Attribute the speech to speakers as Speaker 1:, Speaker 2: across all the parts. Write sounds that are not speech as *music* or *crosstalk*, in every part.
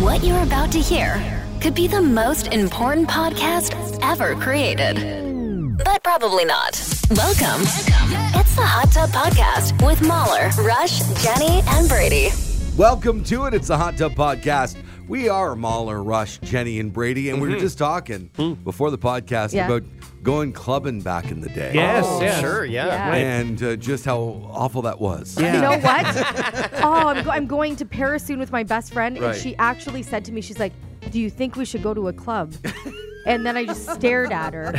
Speaker 1: What you're about to hear could be the most important podcast ever created, but probably not. Welcome. It's the Hot Tub Podcast with Mahler, Rush, Jenny, and Brady.
Speaker 2: Welcome to it. It's the Hot Tub Podcast. We are Mahler, Rush, Jenny, and Brady, and
Speaker 3: Mm-hmm.
Speaker 2: we were just talking
Speaker 3: Hmm.
Speaker 2: before the podcast
Speaker 4: Yeah. Oh,
Speaker 2: about going clubbing back in the day.
Speaker 3: Yes, yes.
Speaker 5: Oh, Sure, yeah.
Speaker 4: Yeah.
Speaker 2: And uh, just how awful that was.
Speaker 4: You know what? oh, I'm, go- I'm going to Paris soon with my best friend,
Speaker 2: Right.
Speaker 4: and she actually said to me, she's like, "Do you think we should go to a club?" and then I just stared at her,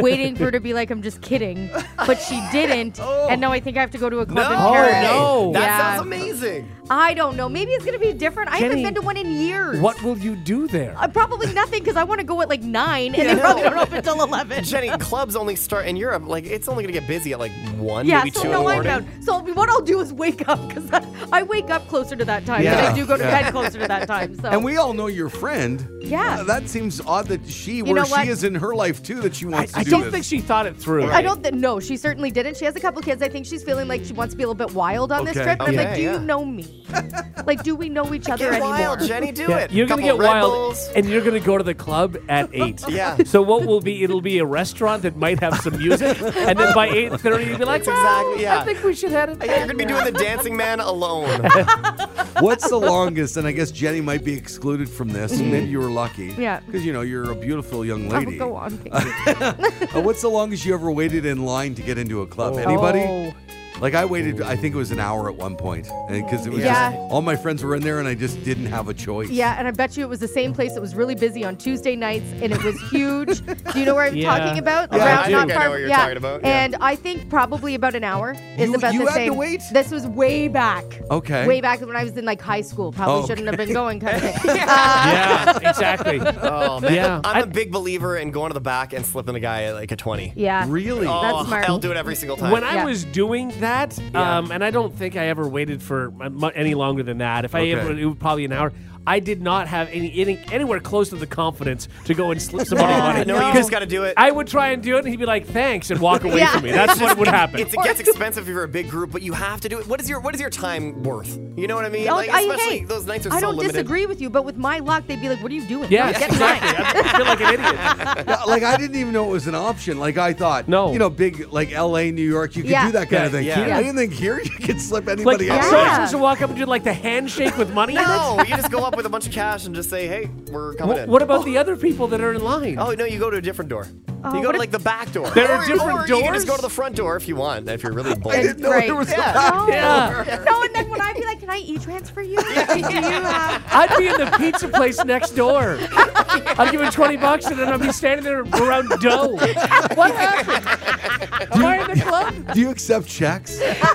Speaker 4: waiting for her to be like, "I'm just kidding," but she didn't. And now I think I have to go to a club in Paris.
Speaker 3: no.
Speaker 5: That
Speaker 4: Yeah.
Speaker 5: sounds amazing.
Speaker 4: I don't know. Maybe it's gonna be different. I haven't
Speaker 3: Jenny,
Speaker 4: been to one in years.
Speaker 3: What will you do there?
Speaker 4: Uh, probably nothing because I want to go at like nine, and they probably don't open until eleven.
Speaker 5: Jenny, clubs only start in Europe. Like, it's only going to get busy at like 1,
Speaker 4: Yeah,
Speaker 5: maybe 2
Speaker 4: so
Speaker 5: in the
Speaker 4: no, I'm
Speaker 5: morning.
Speaker 4: down. So what I'll do is wake up because I, I wake up closer to that time, and
Speaker 3: Yeah.
Speaker 4: I do go to
Speaker 2: Yeah.
Speaker 4: bed closer to that time. So
Speaker 2: And we all know your friend.
Speaker 4: Yeah.
Speaker 2: Uh, that seems odd that she,
Speaker 4: know
Speaker 2: where
Speaker 4: what?
Speaker 2: she is in her life too, that she
Speaker 3: I,
Speaker 2: wants
Speaker 3: I
Speaker 2: to do
Speaker 3: don't
Speaker 2: this.
Speaker 3: think she thought it through.
Speaker 4: I don't think. No, she certainly didn't. She has a couple kids. I think she's feeling like she wants to be a little bit wild on this
Speaker 2: Okay.
Speaker 4: trip. And I'm
Speaker 5: Okay,
Speaker 4: like, do
Speaker 5: yeah.
Speaker 4: you know
Speaker 5: *laughs*
Speaker 4: me? like, do we know each other
Speaker 5: Get
Speaker 4: anymore?
Speaker 5: wild, Jenny. Do
Speaker 3: Yeah,
Speaker 5: it.
Speaker 3: You're
Speaker 5: going
Speaker 3: gonna
Speaker 5: to
Speaker 3: get
Speaker 5: Red
Speaker 3: wild,
Speaker 5: Bulls.
Speaker 3: and you're gonna go to the club
Speaker 5: *laughs*
Speaker 3: at eight.
Speaker 5: Yeah.
Speaker 3: So what will be? It'll be a restaurant that might have some music, and then
Speaker 5: *laughs*
Speaker 3: by eight thirty, you'll be like,
Speaker 5: That's exactly-
Speaker 3: "Well,
Speaker 5: yeah.
Speaker 3: I think we should have it.
Speaker 5: Yeah, You're going
Speaker 3: *laughs*
Speaker 5: to be doing the dancing man alone.
Speaker 2: *laughs* What's the longest? And I guess Jenny might be excluded from this. and Maybe you were lucky.
Speaker 4: Yeah.
Speaker 2: Because, you know, you're a beautiful young
Speaker 4: Oh,
Speaker 2: lady.
Speaker 4: go
Speaker 5: *laughs*
Speaker 4: on. thank you.
Speaker 2: Uh, what's the longest you ever waited in line to get into a club? Anybody?
Speaker 4: Oh.
Speaker 2: Like I waited, I think it was an hour at one point, because it was
Speaker 4: Yeah.
Speaker 2: just, all my friends were in there, and I just didn't have a choice.
Speaker 4: Yeah, and I bet you it was the same place that was really busy on Tuesday nights, and it was huge. do you know what I'm
Speaker 3: Yeah.
Speaker 4: talking about?
Speaker 5: Yeah,
Speaker 4: Around
Speaker 5: I
Speaker 4: Not
Speaker 5: think I
Speaker 4: Far-
Speaker 5: know what you're
Speaker 4: yeah.
Speaker 5: talking about, yeah.
Speaker 4: And I think probably about an hour is
Speaker 2: You-
Speaker 4: about
Speaker 2: you
Speaker 4: the
Speaker 2: had to
Speaker 4: same.
Speaker 2: wait?
Speaker 4: This was way back.
Speaker 2: Okay.
Speaker 4: Way back when I was in like high school. Probably
Speaker 2: Oh,
Speaker 4: shouldn't have been going. Kind of thing.
Speaker 5: *laughs*
Speaker 3: "Ah!" yeah, exactly.
Speaker 5: Oh, man.
Speaker 3: Yeah.
Speaker 5: I'm a
Speaker 3: I-
Speaker 5: big believer in going to the back and slipping a guy like a 20.
Speaker 4: Yeah.
Speaker 2: Really?
Speaker 5: Oh,
Speaker 4: That's smart.
Speaker 5: I'll do it every single time.
Speaker 3: When
Speaker 4: Yeah.
Speaker 3: I was doing that, um, and I don't think I ever waited for mu- any longer than that. If I
Speaker 2: Okay.
Speaker 3: ever, it was probably an hour. I did not have any, any anywhere close to the confidence to go and slip
Speaker 5: *laughs*
Speaker 3: somebody
Speaker 4: No,
Speaker 3: money.
Speaker 5: no, you
Speaker 3: Because
Speaker 5: just gotta do it.
Speaker 3: I would try and do it, and he'd be like, "Thanks," and walk away
Speaker 4: Yeah.
Speaker 3: from me. That's what would happen.
Speaker 5: It's, it gets expensive if you're a big group, but you have to do it. What is your What is your time worth? You know what I mean?
Speaker 4: Oh,
Speaker 5: like,
Speaker 4: I-
Speaker 5: especially
Speaker 4: hey,
Speaker 5: those nights are
Speaker 4: I
Speaker 5: so
Speaker 4: don't
Speaker 5: limited.
Speaker 4: disagree with you, but with my luck, they'd be like, "What are you doing?"
Speaker 3: yes,
Speaker 4: Get
Speaker 5: *laughs*
Speaker 4: mine.
Speaker 3: exactly. I feel like an idiot.
Speaker 2: *laughs* Yeah, like I didn't even know it was an option. Like I thought,
Speaker 3: No.
Speaker 2: you know, big like L.A., New York, you could
Speaker 4: Yeah.
Speaker 2: do that kind of
Speaker 5: Yeah,
Speaker 2: thing.
Speaker 5: yeah.
Speaker 2: Here- I didn't think here *laughs* you could slip
Speaker 3: Like,
Speaker 2: anybody
Speaker 3: yeah.
Speaker 2: else.
Speaker 3: so
Speaker 4: Yeah.
Speaker 3: I'm supposed to walk up and do like the handshake with money
Speaker 5: No, you just go up with a bunch of cash and just say, "Hey, we're
Speaker 3: in
Speaker 5: coming
Speaker 3: it.
Speaker 5: in."
Speaker 3: What about the other people that are in line?
Speaker 5: Oh no, you go to a different door.
Speaker 4: Oh,
Speaker 5: you go
Speaker 4: what
Speaker 5: to
Speaker 4: if-
Speaker 5: like the back door.
Speaker 3: There are
Speaker 5: Or-
Speaker 3: different
Speaker 5: or You can
Speaker 3: doors?
Speaker 5: just go to the front door if you want, if you're really bold.
Speaker 2: I didn't know
Speaker 4: Right.
Speaker 2: there was.
Speaker 5: Yeah.
Speaker 4: No.
Speaker 3: Yeah.
Speaker 4: No, and then when I'd be like, "Can I e-transfer
Speaker 5: *laughs*
Speaker 4: you?" Do you have?
Speaker 3: I'd be in the pizza place next door. I'd give him 20 bucks and then I'd be standing there around dough. What happened? Am I in the club?
Speaker 2: Do you accept checks? *laughs*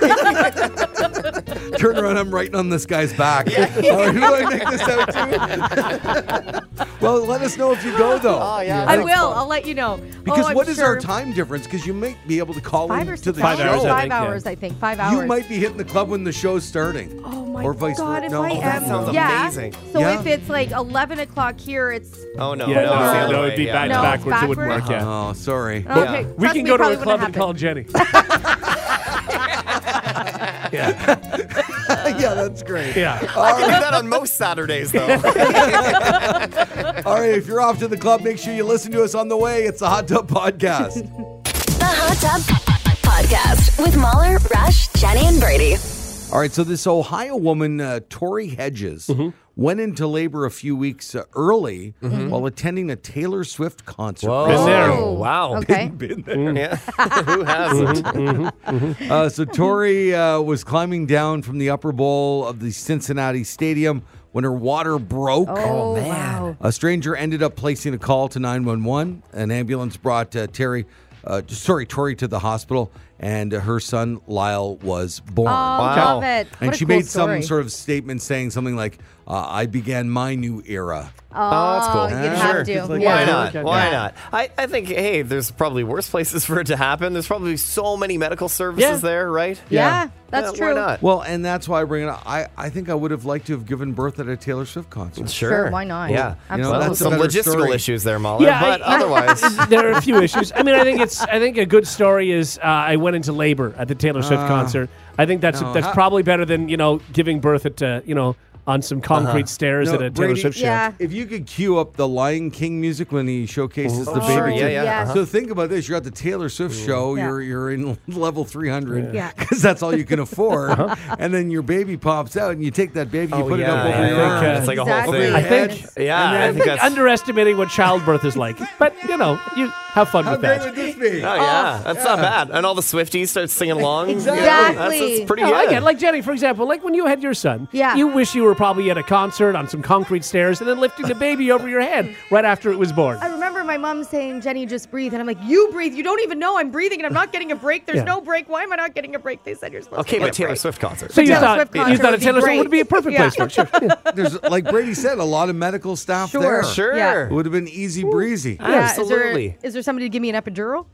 Speaker 2: Turn around, I'm writing on this guy's back. *laughs* All right, who do I make this out to? *laughs* well, let us know if you go though.
Speaker 5: Oh, yeah.
Speaker 4: I
Speaker 5: Like,
Speaker 4: will. I'll let you know.
Speaker 2: Because
Speaker 4: oh, I'm
Speaker 2: what is our
Speaker 4: sure.
Speaker 2: time difference? Because you might be able to call
Speaker 4: Five
Speaker 2: in
Speaker 4: or
Speaker 2: to
Speaker 4: six
Speaker 2: the
Speaker 3: Five
Speaker 2: show.
Speaker 3: hours, I
Speaker 4: Five
Speaker 3: think, yeah.
Speaker 4: hours, I think. Five hours.
Speaker 2: You might be hitting the club when the show's starting.
Speaker 4: Oh my
Speaker 2: or vice
Speaker 4: god!
Speaker 2: versa.
Speaker 4: If
Speaker 2: No,
Speaker 4: I
Speaker 2: oh,
Speaker 4: am,
Speaker 2: that sounds
Speaker 4: yeah.
Speaker 5: amazing.
Speaker 4: So
Speaker 2: Yeah.
Speaker 4: if it's like eleven o'clock here, it's
Speaker 5: Oh no,
Speaker 3: Yeah, no,
Speaker 5: no, it's the
Speaker 3: no,
Speaker 5: other
Speaker 3: it'd
Speaker 5: way,
Speaker 3: be
Speaker 5: yeah.
Speaker 3: bad
Speaker 4: No,
Speaker 3: backwards. It wouldn't
Speaker 4: backwards.
Speaker 3: work, yeah.
Speaker 2: Oh,
Speaker 4: *laughs*
Speaker 2: sorry.
Speaker 4: okay.
Speaker 3: we
Speaker 4: trust
Speaker 3: can
Speaker 4: me,
Speaker 3: go to
Speaker 4: probably
Speaker 3: a club
Speaker 4: wouldn't
Speaker 3: and call
Speaker 4: happen.
Speaker 3: Jenny.
Speaker 2: yeah, that's great.
Speaker 3: Yeah.
Speaker 5: I can do that on most Saturdays
Speaker 3: *laughs*
Speaker 2: *laughs*
Speaker 5: though.
Speaker 2: All right, if you're off to the club, make sure you listen to us on the way. It's the Hot Tub Podcast.
Speaker 4: *laughs*
Speaker 1: The Hot Tub Podcast with Mahler, Rush, Jenny, and Brady.
Speaker 2: All right, so this Ohio woman, uh, Tori Hedges,
Speaker 3: Mm-hmm.
Speaker 2: went into labor a few weeks uh, early while attending a Taylor Swift concert.
Speaker 3: Been there.
Speaker 4: Oh,
Speaker 5: Wow.
Speaker 4: Okay.
Speaker 2: Been there.
Speaker 5: Yeah. *laughs* Who hasn't?
Speaker 2: Uh, so Tori uh, was climbing down from the upper bowl of the Cincinnati Stadium when her water broke.
Speaker 4: Oh, man. wow.
Speaker 2: A stranger ended up placing a call to 911. An ambulance brought uh, Terry, uh, sorry, Tori to the hospital, and her son Lyle was born.
Speaker 4: Oh,
Speaker 5: Wow.
Speaker 4: love it.
Speaker 2: And
Speaker 4: What a
Speaker 2: she
Speaker 4: cool
Speaker 2: made
Speaker 4: story.
Speaker 2: some sort of statement saying something like, uh, I began my new era.
Speaker 5: Oh, that's cool.
Speaker 4: you'd have Sure. to. It's like,
Speaker 5: Why
Speaker 4: yeah.
Speaker 5: not?
Speaker 3: Okay.
Speaker 5: Why
Speaker 3: Yeah.
Speaker 5: not? I, I think, hey, there's probably worse places for it to happen. There's probably so many medical services
Speaker 3: Yeah.
Speaker 5: there, right?
Speaker 4: Yeah, that's
Speaker 5: Yeah,
Speaker 4: true.
Speaker 5: Why not?
Speaker 2: Well, and that's why I bring it up. I, I think I would have liked to have given birth at a Taylor Swift concert.
Speaker 4: Sure, why not?
Speaker 5: Yeah.
Speaker 4: You
Speaker 2: know,
Speaker 5: Well,
Speaker 2: that's a
Speaker 5: some
Speaker 2: better
Speaker 5: logistical
Speaker 2: story.
Speaker 5: issues there, Molly. but
Speaker 3: I- *laughs*
Speaker 5: otherwise.
Speaker 3: there are a few issues. I mean, I think it's. I think a good story is uh, I went into labor at the Taylor Swift concert. I think that's
Speaker 2: no,
Speaker 3: that's
Speaker 2: how-
Speaker 3: probably better than you know giving birth at uh, you know on some concrete stairs
Speaker 2: No,
Speaker 3: at a
Speaker 2: Brady,
Speaker 3: dealership show.
Speaker 4: Yeah.
Speaker 2: If you could cue up the Lion King music when he showcases the
Speaker 5: Oh,
Speaker 2: baby.
Speaker 5: sure, yeah,
Speaker 2: too.
Speaker 5: yeah.
Speaker 4: Yeah.
Speaker 2: So think about this: you're at the Taylor Swift show.
Speaker 4: Yeah.
Speaker 2: You're you're in *laughs* level 300. *laughs*
Speaker 4: Yeah. Yeah.
Speaker 2: Because that's all you can
Speaker 5: *laughs*
Speaker 2: afford. And then your baby pops out, and you take that baby, you
Speaker 5: Uh-huh. Oh,
Speaker 2: put it up
Speaker 5: yeah,
Speaker 2: over
Speaker 5: yeah,
Speaker 2: your
Speaker 5: yeah.
Speaker 2: arm.
Speaker 5: It's like a whole
Speaker 4: Exactly.
Speaker 5: thing.
Speaker 2: I
Speaker 4: I
Speaker 2: think-
Speaker 4: think.
Speaker 5: yeah, I think that's.
Speaker 3: Underestimating what childbirth is like, but you know, you have fun
Speaker 2: How
Speaker 3: with
Speaker 2: great
Speaker 3: that.
Speaker 2: would this
Speaker 4: *laughs*
Speaker 2: be?
Speaker 5: oh, yeah, that's not bad. And all the Swifties start singing along.
Speaker 2: Exactly.
Speaker 5: Yeah, that's, that's
Speaker 4: Exactly.
Speaker 5: pretty
Speaker 3: No, I
Speaker 5: good.
Speaker 3: get it. Like Jenny, for example, like when you had your son,
Speaker 4: Yeah.
Speaker 3: you wish you were probably at a concert on some concrete stairs and then lifting the baby over
Speaker 4: *laughs*
Speaker 3: your head right after it was born.
Speaker 4: I remember my mom saying, Jenny, just breathe. And I'm like, you breathe. You don't even know I'm breathing and I'm not getting a break. There's
Speaker 3: Yeah.
Speaker 4: no break. Why am I not getting a break? They said you're supposed to
Speaker 5: okay,
Speaker 4: get
Speaker 5: but
Speaker 4: a
Speaker 5: Taylor
Speaker 4: break.
Speaker 5: Swift concert.
Speaker 3: so you
Speaker 4: Taylor
Speaker 3: thought
Speaker 4: Swift
Speaker 3: you
Speaker 4: concert
Speaker 3: thought a
Speaker 4: would be
Speaker 3: Taylor Swift
Speaker 4: great.
Speaker 3: would be a perfect
Speaker 4: Yeah.
Speaker 3: place for
Speaker 4: *laughs*
Speaker 3: it. Sure. Yeah.
Speaker 2: There's like Brady said, a lot of medical staff
Speaker 4: Sure.
Speaker 2: there.
Speaker 5: Sure.
Speaker 4: Yeah.
Speaker 2: It would have been easy breezy.
Speaker 5: Absolutely.
Speaker 4: Is there, is there somebody to give me an epidural?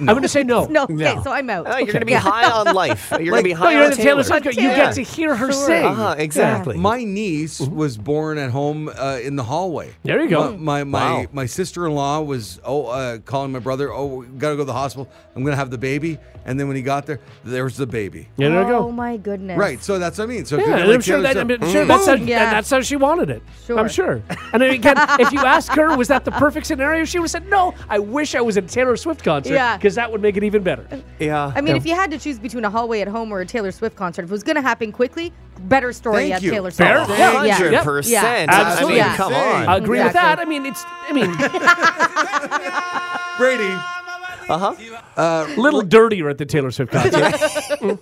Speaker 3: I'm going to say no.
Speaker 4: No. Okay, so I'm out.
Speaker 5: Oh, you're gonna be
Speaker 4: Yeah.
Speaker 5: high on life. You're gonna be
Speaker 3: No,
Speaker 5: high
Speaker 3: oh, you're
Speaker 5: on
Speaker 3: at the Taylor
Speaker 4: But
Speaker 3: Swift. concert. You
Speaker 5: Taylor-
Speaker 3: get to hear her sing.
Speaker 5: Uh-huh, exactly.
Speaker 2: My niece was born at home uh, in the hallway.
Speaker 3: Mm-hmm. There you go.
Speaker 2: My my my,
Speaker 5: Wow.
Speaker 2: my sister-in-law was oh uh, calling my brother. Oh, we gotta go to the hospital. I'm gonna have the baby. And then when he got there, there's the baby.
Speaker 3: Yeah, there you
Speaker 4: Oh
Speaker 3: go.
Speaker 4: my goodness.
Speaker 2: Right. So that's what I mean. So if you're
Speaker 3: Yeah, and
Speaker 2: like
Speaker 3: I'm sure,
Speaker 2: Taylor
Speaker 3: that, I
Speaker 2: Swift-
Speaker 3: mean, sure that's, how,
Speaker 4: Mm. Yeah.
Speaker 3: and that's how she wanted it.
Speaker 4: Sure.
Speaker 3: I'm sure. And
Speaker 4: *laughs*
Speaker 3: then again, if you ask her, was that the perfect scenario? She would have said, no, I wish I was at a Taylor Swift concert
Speaker 4: Yeah. Uh,
Speaker 3: because that would make it even better.
Speaker 5: yeah.
Speaker 4: I mean, if you had to choose between a hallway at home or a Taylor Swift concert, if it was going to happen quickly, better story
Speaker 2: Thank
Speaker 4: at
Speaker 2: you.
Speaker 4: Taylor
Speaker 3: Fair.
Speaker 4: Swift.
Speaker 3: Yeah.
Speaker 4: Yeah.
Speaker 5: hundred percent.
Speaker 4: Yeah.
Speaker 5: I mean,
Speaker 3: Absolutely.
Speaker 5: come
Speaker 2: Yeah.
Speaker 5: on.
Speaker 3: I agree with
Speaker 4: Exactly.
Speaker 3: that. I mean, it's, I mean,
Speaker 2: *laughs* Brady.
Speaker 5: Uh-huh.
Speaker 3: little dirtier at the Taylor Swift concert.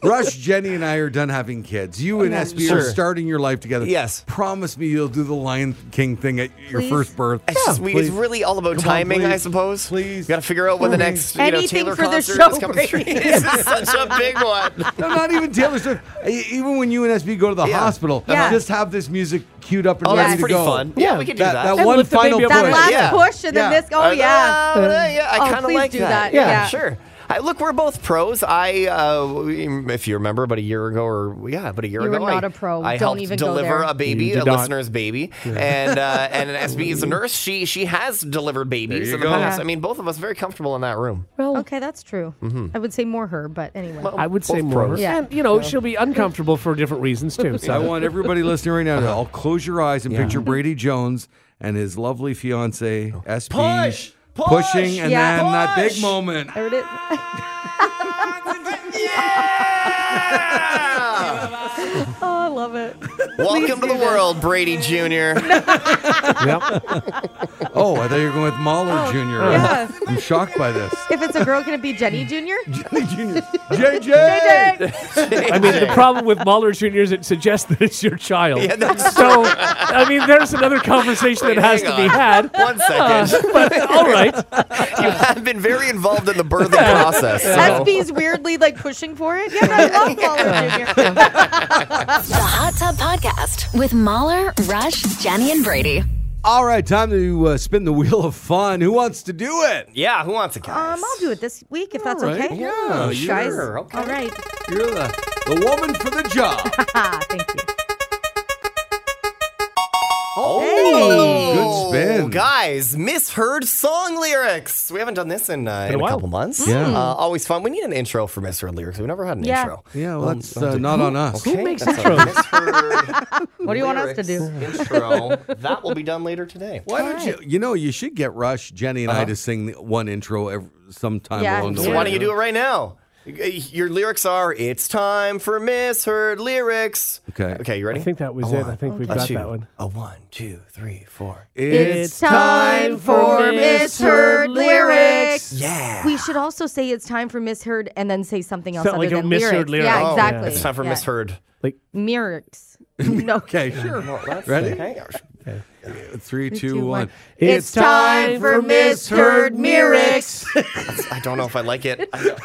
Speaker 2: Rush, Jenny, and I are done having kids. You and SB are
Speaker 5: Sure.
Speaker 2: starting your life together.
Speaker 5: Yes.
Speaker 2: Promise me you'll do the Lion King thing at your
Speaker 4: Please?
Speaker 2: first birth.
Speaker 5: It's, just, we, it's
Speaker 2: please.
Speaker 5: really all about
Speaker 2: Come on,
Speaker 5: timing, I
Speaker 2: please.
Speaker 5: suppose.
Speaker 2: Please.
Speaker 5: got to figure out when the next you know,
Speaker 4: Anything
Speaker 5: Taylor
Speaker 4: for the
Speaker 5: concert
Speaker 4: show,
Speaker 5: is coming
Speaker 4: Brady.
Speaker 5: through. *laughs* this is such a big one.
Speaker 2: No, not even Taylor
Speaker 5: *laughs*
Speaker 2: Swift. E- Even when you and SB go to the
Speaker 5: Yeah.
Speaker 2: hospital,
Speaker 4: Yeah.
Speaker 2: just have this music queued up and
Speaker 5: Oh,
Speaker 2: ready
Speaker 5: that's
Speaker 2: to
Speaker 5: pretty
Speaker 2: go.
Speaker 5: fun. Yeah,
Speaker 3: Yeah.
Speaker 5: we could do
Speaker 2: That,
Speaker 5: that.
Speaker 2: that
Speaker 3: And
Speaker 2: one
Speaker 3: lift the
Speaker 2: final
Speaker 3: baby
Speaker 2: push.
Speaker 3: up
Speaker 4: That
Speaker 3: Right.
Speaker 4: last
Speaker 5: *laughs* Yeah.
Speaker 4: push and
Speaker 2: Yeah.
Speaker 4: then this. Oh,
Speaker 5: Uh,
Speaker 4: yeah.
Speaker 5: uh, yeah, I
Speaker 4: Oh,
Speaker 5: kind of
Speaker 4: please
Speaker 5: like
Speaker 4: do
Speaker 5: that.
Speaker 4: that. Yeah.
Speaker 5: sure. I, look, we're both pros. I, uh, if you remember, about a year ago, or yeah, about a year
Speaker 4: You were
Speaker 5: ago,
Speaker 4: not
Speaker 5: a
Speaker 4: a pro.
Speaker 5: I
Speaker 4: Don't
Speaker 5: helped
Speaker 4: even go
Speaker 5: deliver
Speaker 4: there.
Speaker 5: a baby,
Speaker 3: You
Speaker 5: a
Speaker 3: did not.
Speaker 5: listener's baby, and uh, and an SB
Speaker 3: *laughs*
Speaker 5: is a nurse. She she has delivered babies
Speaker 2: you
Speaker 5: in the
Speaker 2: go.
Speaker 5: past.
Speaker 4: Yeah.
Speaker 5: I mean, both of us very comfortable in that room.
Speaker 4: Okay, that's true. I would say more her, but anyway.
Speaker 5: Well,
Speaker 3: I would say
Speaker 5: Both
Speaker 3: more.
Speaker 5: pros.
Speaker 3: Yeah.
Speaker 4: Yeah.
Speaker 3: And, you know, she'll be uncomfortable for different reasons, too. So.
Speaker 2: I want everybody listening right now to all close your eyes and picture Brady Jones and his lovely fiance, SB,
Speaker 5: Push! Push!
Speaker 2: pushing, and
Speaker 4: Yeah.
Speaker 2: then that big
Speaker 5: Push!
Speaker 2: moment.
Speaker 4: there it is. *laughs* Oh, I love it.
Speaker 5: Welcome to the world,
Speaker 4: *laughs*
Speaker 5: Brady Jr.
Speaker 3: Yep.
Speaker 2: Oh, I thought you were going with Mahler
Speaker 3: Oh,
Speaker 2: Jr.
Speaker 4: yeah.
Speaker 2: I'm shocked by
Speaker 3: *laughs*
Speaker 2: this.
Speaker 4: If it's a girl, can it be Jenny Jr.?
Speaker 2: JJ!
Speaker 4: JJ!
Speaker 3: I mean, the problem with Mahler Jr. is it suggests that it's your child.
Speaker 5: Yeah, that's-
Speaker 3: so, I mean, there's another conversation that has
Speaker 5: hang
Speaker 3: to be
Speaker 5: on.
Speaker 3: had.
Speaker 4: *laughs*
Speaker 5: *laughs*
Speaker 3: *laughs*
Speaker 5: One second.
Speaker 3: But all right.
Speaker 5: you have been very involved in
Speaker 3: *laughs*
Speaker 5: the birthing process. So.
Speaker 4: SB's weirdly like pushing for it. Yeah, I love Waller Jr.
Speaker 1: The Hot Tub Podcast with Mahler, Rush, Jenny, and Brady.
Speaker 2: All right, time to uh, spin the wheel of fun. Who wants to do it?
Speaker 5: Yeah, who wants a cat?
Speaker 4: Um, I'll do it this week if that's
Speaker 2: All right.
Speaker 4: okay.
Speaker 2: Yeah,
Speaker 4: You guys.
Speaker 5: sure, okay.
Speaker 4: All right.
Speaker 2: You're the, the woman for the job.
Speaker 4: Ah, thank you.
Speaker 2: Oh, good spin.
Speaker 5: Guys, misheard song lyrics. We haven't done this in, uh, in a
Speaker 3: while.
Speaker 5: couple months.
Speaker 2: Yeah.
Speaker 5: Uh, always fun. We need an intro for misheard lyrics. We've never had an
Speaker 4: Yeah.
Speaker 5: intro.
Speaker 2: Yeah, well,
Speaker 5: Um,
Speaker 2: that's uh, not on us.
Speaker 3: Who makes
Speaker 5: that's a
Speaker 3: intros?
Speaker 5: *laughs* misheard
Speaker 4: What do you want us to do?
Speaker 5: lyrics Intro. That will be done later today.
Speaker 2: Why don't you? You know, you should get Rush, Jenny, and I to sing the- one intro every, sometime
Speaker 4: Yeah.
Speaker 2: along the
Speaker 5: So
Speaker 2: way.
Speaker 5: why don't you do it right now? Your lyrics are "It's time for misheard lyrics."
Speaker 2: Okay.
Speaker 5: Okay, you ready?
Speaker 3: I think that was it. I think we
Speaker 5: That's
Speaker 3: got
Speaker 5: you.
Speaker 3: that one.
Speaker 5: A one, two, three, four.
Speaker 2: It's
Speaker 4: time for misheard lyrics.
Speaker 5: Yeah.
Speaker 4: We should also say it's time for misheard and then say something else
Speaker 3: Not
Speaker 4: other
Speaker 3: like a
Speaker 4: than
Speaker 3: misheard
Speaker 4: lyrics.
Speaker 3: lyric.
Speaker 4: Yeah,
Speaker 3: Oh,
Speaker 4: exactly.
Speaker 5: It's time for
Speaker 4: yeah.
Speaker 5: misheard.
Speaker 4: Lyrics. No.
Speaker 2: okay, sure. Ready? *laughs* Three, two,
Speaker 4: two,
Speaker 2: one.
Speaker 4: one. It's time for misheard lyrics.
Speaker 5: I don't know if I like it. I don't-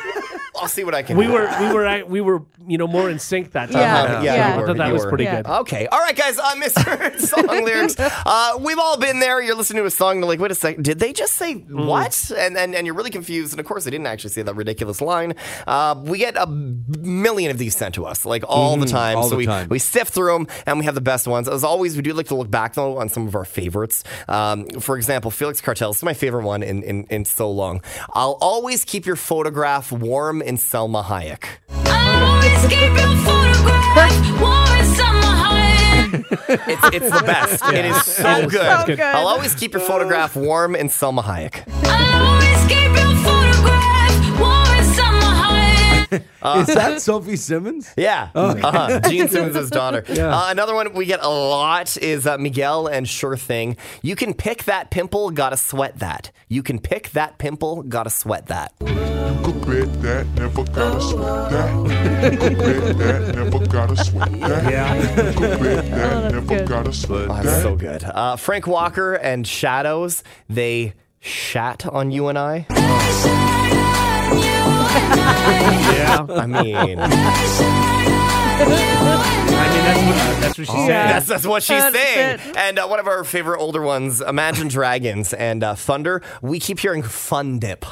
Speaker 5: I'll see what I can
Speaker 3: We
Speaker 5: do.
Speaker 3: were, we were, I- we were, you know, more in sync that time.
Speaker 4: Yeah.
Speaker 5: Uh-huh.
Speaker 4: Yeah.
Speaker 5: you
Speaker 3: I
Speaker 5: were,
Speaker 3: thought that
Speaker 5: you
Speaker 3: was
Speaker 5: were.
Speaker 3: pretty
Speaker 4: Yeah.
Speaker 3: good.
Speaker 5: Okay. All right, guys. I misheard song lyrics. Uh, we've all been there. You're listening to a song and you're like, wait a second. Did they just say what? And, and and you're really confused. And of course, they didn't actually say that ridiculous line. Uh, we get a million of these sent to us, like all the time.
Speaker 2: all
Speaker 5: so
Speaker 2: the
Speaker 5: we,
Speaker 2: time.
Speaker 5: we sift through them and we have the best ones. As always, we do like to look back, though, on some of our favorites. Um, for example, Felix Cartel. This is my favorite one in, in, in so long. I'll always keep your photograph warm in Selma Hayek.
Speaker 6: Always keep your photograph warm in summer high.
Speaker 5: It's, it's the best. It is so
Speaker 6: It is
Speaker 5: good.
Speaker 6: so good.
Speaker 5: I'll always keep your photograph warm in Selma Hayek.
Speaker 2: Is that *laughs* Sophie Simmons?
Speaker 5: Uh, *laughs* Yeah. Uh-huh. Gene Simmons' daughter. Uh, another one we get a lot is uh, Miguel and Sure Thing. You can pick that pimple, gotta sweat that. You can pick that pimple, gotta sweat that.
Speaker 7: could bet that, never gotta sweat that. You could bet that, never gotta sweat that. Yeah. You could bet that, never gotta sweat
Speaker 5: Oh,
Speaker 7: that.
Speaker 5: that's so good. Uh, Frank Walker and Shadows, they shat on you and I.
Speaker 3: Yeah.
Speaker 5: I mean,
Speaker 3: I mean, that's what, that's what she said.
Speaker 5: that's, that's what she's
Speaker 6: That's
Speaker 5: saying.
Speaker 6: it.
Speaker 5: And uh, one of our favorite older ones, Imagine Dragons and uh, Thunder. We keep hearing Fun Dip.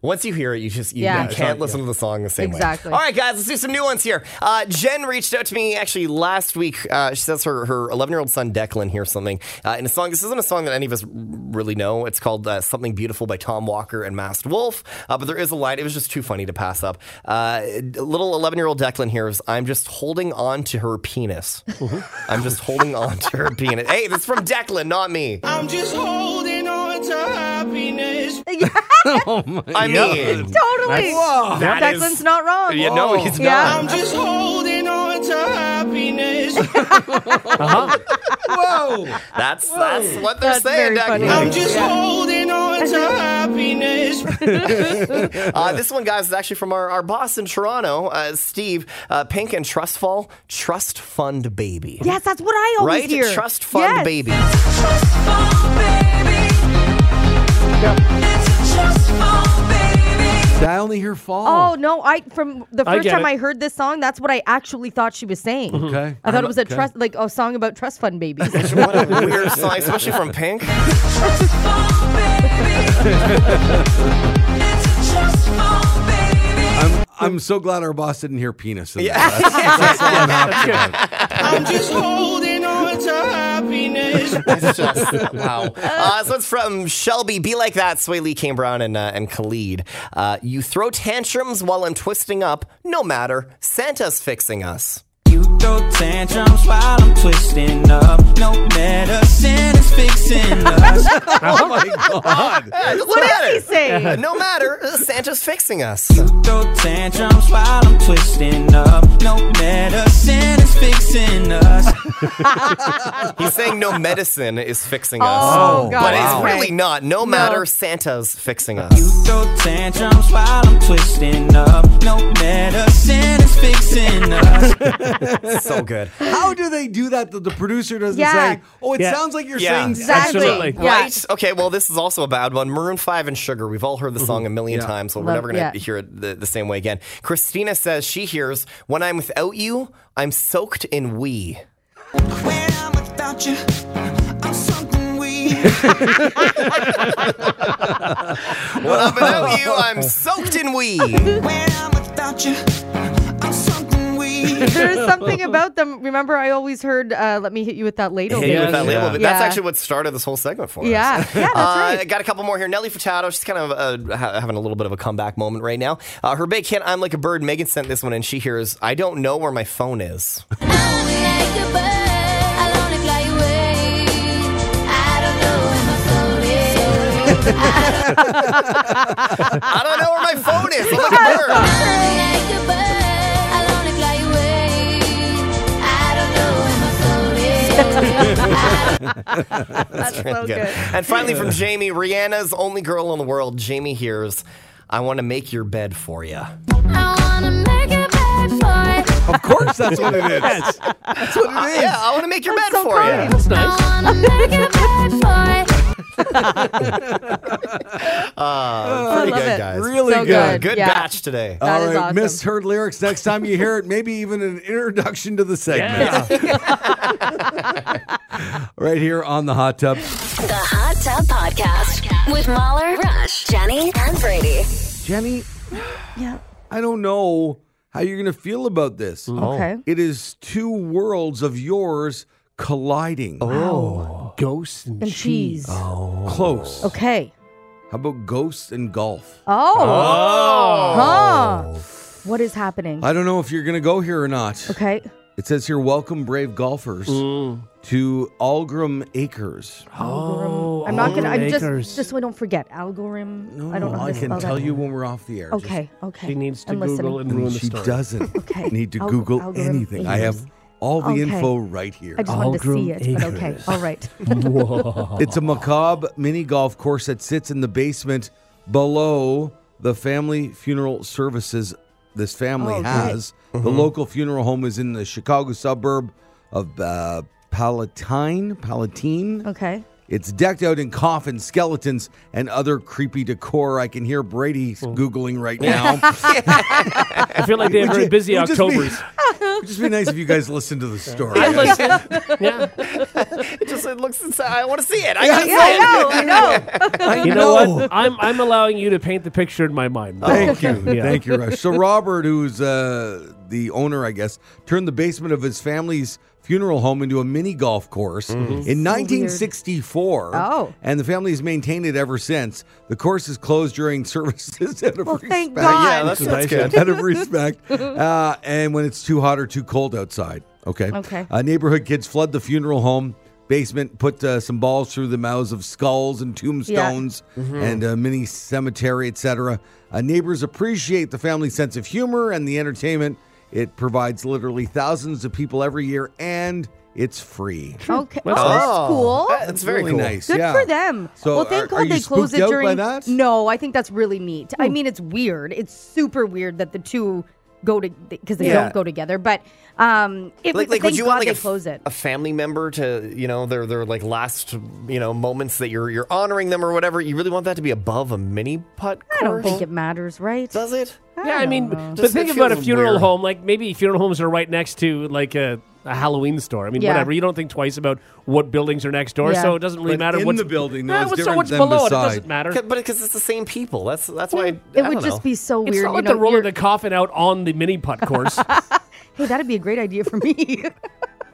Speaker 5: Once you hear it, you just you,
Speaker 4: Yeah.
Speaker 5: you can't listen to the song the same
Speaker 4: Exactly.
Speaker 5: way. All right, guys, let's do some new ones here. Uh, Jen reached out to me actually last week. Uh, she says her her 11 year old son Declan hears something uh, in a song. This isn't a song that any of us really know. It's called uh, "Something Beautiful" by Tom Walker and Masked Wolf. Uh, but there is a line. It was just too funny to pass up. Uh, little 11 year old Declan hears, "I'm just holding on to her penis. I'm just holding on to her penis." Hey, this is from Declan, not me.
Speaker 8: I'm just holding on to
Speaker 5: *laughs*
Speaker 8: happiness.
Speaker 5: I mean,
Speaker 6: Totally.
Speaker 3: "Oh,
Speaker 5: that is-
Speaker 6: Declan's not wrong.
Speaker 5: Yeah, no,
Speaker 4: Oh. *laughs*
Speaker 5: he's
Speaker 6: Yeah.
Speaker 5: not.
Speaker 8: I'm just holding on to happiness.
Speaker 5: That's that's what they're
Speaker 6: That's
Speaker 5: saying,
Speaker 6: very
Speaker 5: Declan.
Speaker 6: funny.
Speaker 8: I'm just holding on to happiness.
Speaker 5: Uh, this one, guys, is actually from our, our boss in Toronto, uh, Steve uh, Pink and Trustfall, Trust Fund Baby.
Speaker 4: Yes, that's what I always
Speaker 5: right?
Speaker 4: hear.
Speaker 5: Trust Fund
Speaker 4: Yes. *laughs*
Speaker 5: Baby.
Speaker 2: I only hear
Speaker 4: Oh
Speaker 2: fall.
Speaker 4: no! I from the
Speaker 3: I
Speaker 4: first
Speaker 3: get
Speaker 4: time
Speaker 3: it.
Speaker 4: I heard this song, that's what I actually thought she was saying.
Speaker 2: Okay.
Speaker 4: I thought it was a
Speaker 2: Okay.
Speaker 4: trust, like a song about trust fund babies. *laughs*
Speaker 5: What a weird song, especially from Pink.
Speaker 2: I'm, I'm so glad our boss didn't hear penis. In yeah.
Speaker 8: I'm just holding on to happiness.
Speaker 5: It's just, wow. Uh, so it's from Shelby. Be like that, Sway Lee, Kane Brown, and, uh, and Khalid. Uh, you throw tantrums while I'm twisting up. No matter. Santa's fixing us.
Speaker 8: You throw tantrums while I'm twisting up. No medicine is fixing us.
Speaker 2: Oh my god.
Speaker 5: What matter.
Speaker 4: He say?
Speaker 5: No matter. Santa's fixing us.
Speaker 8: Throw tantrums while I'm twisting up. No medicine is fixing us.
Speaker 5: He's saying no medicine is fixing us.
Speaker 4: Oh, God.
Speaker 5: But
Speaker 4: Wow.
Speaker 5: it's really not. No matter, Santa's fixing us.
Speaker 8: Throw tantrums while I'm twisting up. No medicine is fixing us.
Speaker 5: so good.
Speaker 2: How do they do that? That the producer doesn't
Speaker 4: Yeah.
Speaker 2: say. Oh, it
Speaker 3: Yeah.
Speaker 2: sounds like you're
Speaker 5: Yeah.
Speaker 2: saying
Speaker 4: Exactly.
Speaker 3: Absolutely.
Speaker 4: Yeah.
Speaker 5: Right? *laughs* Okay, well, this is also a bad one. Maroon 5 and Sugar. We've all heard the song a million
Speaker 2: Yeah.
Speaker 5: times, so we're
Speaker 4: Love-
Speaker 5: never going to
Speaker 4: yeah.
Speaker 5: hear it the, the same way again. Christina says she hears, When I'm without you, I'm soaked in wee.
Speaker 8: When I'm without you, I'm something
Speaker 6: *laughs*
Speaker 8: weird.
Speaker 5: When I'm without you, I'm soaked in wee.
Speaker 8: When I'm without you, I'm something weird.
Speaker 4: There's something about them. Remember, I always heard uh, "Let me hit you with that ladle."
Speaker 5: Hit you with
Speaker 3: yes.
Speaker 5: that label,
Speaker 3: Yeah.
Speaker 5: but that's
Speaker 4: Yeah.
Speaker 5: actually what started this whole segment for us.
Speaker 4: Yeah, yeah, that's
Speaker 5: Uh,
Speaker 4: right.
Speaker 5: Got a couple more here. Nelly Furtado, she's kind of uh, ha- having a little bit of a comeback moment right now. Uh, her big hit, "I'm Like a Bird." Megan sent this one, and she hears, "I don't know where my phone is." I don't know where my phone is. I'm *laughs* like a bird.
Speaker 4: That's so
Speaker 5: Good.
Speaker 4: good.
Speaker 5: And finally, from Jamie, Rihanna's only girl in the world. Jamie hears, "I want to make your bed for you."
Speaker 2: Of course, that's what it is. That's what it is.
Speaker 5: Uh, Yeah, I want to make your bed for you.
Speaker 3: *laughs* That's nice.
Speaker 5: Pretty
Speaker 4: love
Speaker 5: good,
Speaker 4: it.
Speaker 5: guys.
Speaker 2: Really
Speaker 4: So
Speaker 2: good.
Speaker 5: good Uh,
Speaker 4: Yeah.
Speaker 5: batch today.
Speaker 4: That
Speaker 2: All
Speaker 4: is
Speaker 2: right,
Speaker 4: awesome.
Speaker 2: misheard lyrics. Next time you hear it, maybe even an introduction to the segment.
Speaker 3: Yeah.
Speaker 2: Right here on the hot tub.
Speaker 1: The Hot Tub Podcast with Mahler, Rush, Jenny, and Brady.
Speaker 2: Jenny,
Speaker 4: *sighs* Yeah.
Speaker 2: I don't know how you're going to feel about this.
Speaker 4: Okay.
Speaker 2: It is two worlds of yours colliding.
Speaker 3: Ghosts and,
Speaker 5: Oh.
Speaker 4: And cheese.
Speaker 2: Close.
Speaker 4: Okay.
Speaker 2: How about ghosts and golf?
Speaker 4: Oh.
Speaker 5: Oh.
Speaker 4: Huh. What is happening?
Speaker 2: I don't know if you're going to go here or not.
Speaker 4: Okay.
Speaker 2: It says here, welcome, brave golfers, to Algram Acres.
Speaker 3: Oh,
Speaker 4: I'm not gonna. I'm
Speaker 3: acres.
Speaker 4: just just so I don't forget algorithm. I don't know. how
Speaker 2: I
Speaker 4: to
Speaker 2: can
Speaker 4: spell
Speaker 2: tell
Speaker 4: that.
Speaker 2: you when we're off the air.
Speaker 4: Okay. Okay.
Speaker 3: She needs to
Speaker 4: I'm
Speaker 3: Google
Speaker 4: listening.
Speaker 3: and ruin
Speaker 2: Just-
Speaker 3: the
Speaker 2: she
Speaker 3: story. *laughs*
Speaker 2: doesn't
Speaker 4: *laughs* Okay.
Speaker 2: need to
Speaker 4: Al-
Speaker 2: Google
Speaker 4: algorithm
Speaker 2: anything. I
Speaker 4: Acres.
Speaker 2: have all the
Speaker 4: Okay.
Speaker 2: info right here.
Speaker 4: I just wanted to see
Speaker 3: Algrim
Speaker 4: it, but okay.
Speaker 3: Acres.
Speaker 4: All right.
Speaker 3: Whoa.
Speaker 2: It's a macabre mini golf course that sits in the basement below the family funeral services this family
Speaker 4: Oh,
Speaker 2: has. The local funeral home is in the Chicago suburb of uh, Palatine. Palatine.
Speaker 4: Okay.
Speaker 2: It's decked out in coffins, skeletons, and other creepy decor. I can hear Brady Googling
Speaker 4: *laughs*
Speaker 2: right now.
Speaker 3: I feel like they have
Speaker 2: Would
Speaker 3: very
Speaker 2: you- *laughs*
Speaker 3: busy
Speaker 2: it would just be-
Speaker 3: Octobers.
Speaker 2: It'd just be nice if you guys listened to the story. *laughs*
Speaker 3: I listen. Yeah.
Speaker 5: It just it looks inside. I want to see it. I
Speaker 2: Yeah,
Speaker 5: gotta
Speaker 2: yeah,
Speaker 5: see it.
Speaker 4: I know.
Speaker 3: You know
Speaker 2: No.
Speaker 3: what? I'm I'm allowing you to paint the picture in my mind.
Speaker 2: Thank you.
Speaker 3: Yeah.
Speaker 2: Thank you, Rush. So, Robert, who's uh, the owner, I guess, turned the basement of his family's funeral home into a mini golf course
Speaker 3: Mm-hmm.
Speaker 2: in 1964.
Speaker 4: Oh.
Speaker 2: And the family has maintained it ever since. The course is closed during *laughs* services out of
Speaker 4: Well,
Speaker 2: respect.
Speaker 4: thank God.
Speaker 5: Yeah, that's, that's good.
Speaker 2: out of
Speaker 4: *laughs*
Speaker 2: respect. Uh, and when it's too hot or too cold outside. Okay.
Speaker 4: Okay.
Speaker 2: Uh, neighborhood kids flood the funeral home basement, put uh, some balls through the mouths of skulls and tombstones
Speaker 4: Mm-hmm.
Speaker 2: and a mini cemetery, etc. Uh, neighbors appreciate the family's sense of humor and the entertainment it provides. Literally thousands of people every year, and it's free.
Speaker 4: Okay.
Speaker 3: That's
Speaker 4: oh,
Speaker 3: nice.
Speaker 4: that's cool.
Speaker 5: That's very
Speaker 2: really
Speaker 5: cool.
Speaker 2: nice.
Speaker 4: Good
Speaker 2: yeah.
Speaker 4: for them.
Speaker 2: So
Speaker 4: well, thank
Speaker 2: are-
Speaker 4: God
Speaker 2: are you
Speaker 4: they close
Speaker 2: spooked
Speaker 4: it
Speaker 2: out by
Speaker 4: during.
Speaker 2: that?
Speaker 4: No, I think that's really neat.
Speaker 5: Hmm.
Speaker 4: I mean, it's weird. It's super weird that the two go to because they
Speaker 5: Yeah.
Speaker 4: don't go together. But um, if
Speaker 5: Like, like
Speaker 4: thank
Speaker 5: would you
Speaker 4: God
Speaker 5: want like
Speaker 4: they
Speaker 5: a, f-
Speaker 4: close it.
Speaker 5: a family member to you know their their like last you know moments that you're you're honoring them or whatever? You really want that to be above a mini putt course?
Speaker 4: I don't think it matters, right?
Speaker 5: does it.
Speaker 3: Yeah, I
Speaker 4: don't
Speaker 3: mean,
Speaker 4: know.
Speaker 3: but
Speaker 5: Just-
Speaker 3: think
Speaker 5: it
Speaker 3: about a
Speaker 5: feels
Speaker 3: funeral
Speaker 5: weird.
Speaker 3: home. Like maybe funeral homes are right next to like a, a Halloween store. I mean,
Speaker 4: Yeah.
Speaker 3: whatever. You don't think twice about what buildings are next door,
Speaker 4: Yeah.
Speaker 3: so it doesn't really
Speaker 2: But
Speaker 3: matter
Speaker 2: in
Speaker 3: what's
Speaker 2: the building, though,
Speaker 3: Yeah,
Speaker 2: it's
Speaker 3: what's, so
Speaker 2: different
Speaker 3: what's
Speaker 2: than
Speaker 3: below it
Speaker 2: beside.
Speaker 3: doesn't matter.
Speaker 5: 'Cause- But because it's the same people. That's that's why. I,
Speaker 4: It
Speaker 5: I
Speaker 4: would
Speaker 5: don't
Speaker 4: just
Speaker 5: know.
Speaker 4: be so
Speaker 3: It's
Speaker 4: weird.
Speaker 3: not
Speaker 4: you
Speaker 3: like
Speaker 4: know,
Speaker 3: they're rolling
Speaker 4: you're-
Speaker 3: the coffin out on the
Speaker 4: *laughs*
Speaker 3: mini putt course.
Speaker 4: Hey, that'd be a great idea for
Speaker 5: *laughs*
Speaker 4: me.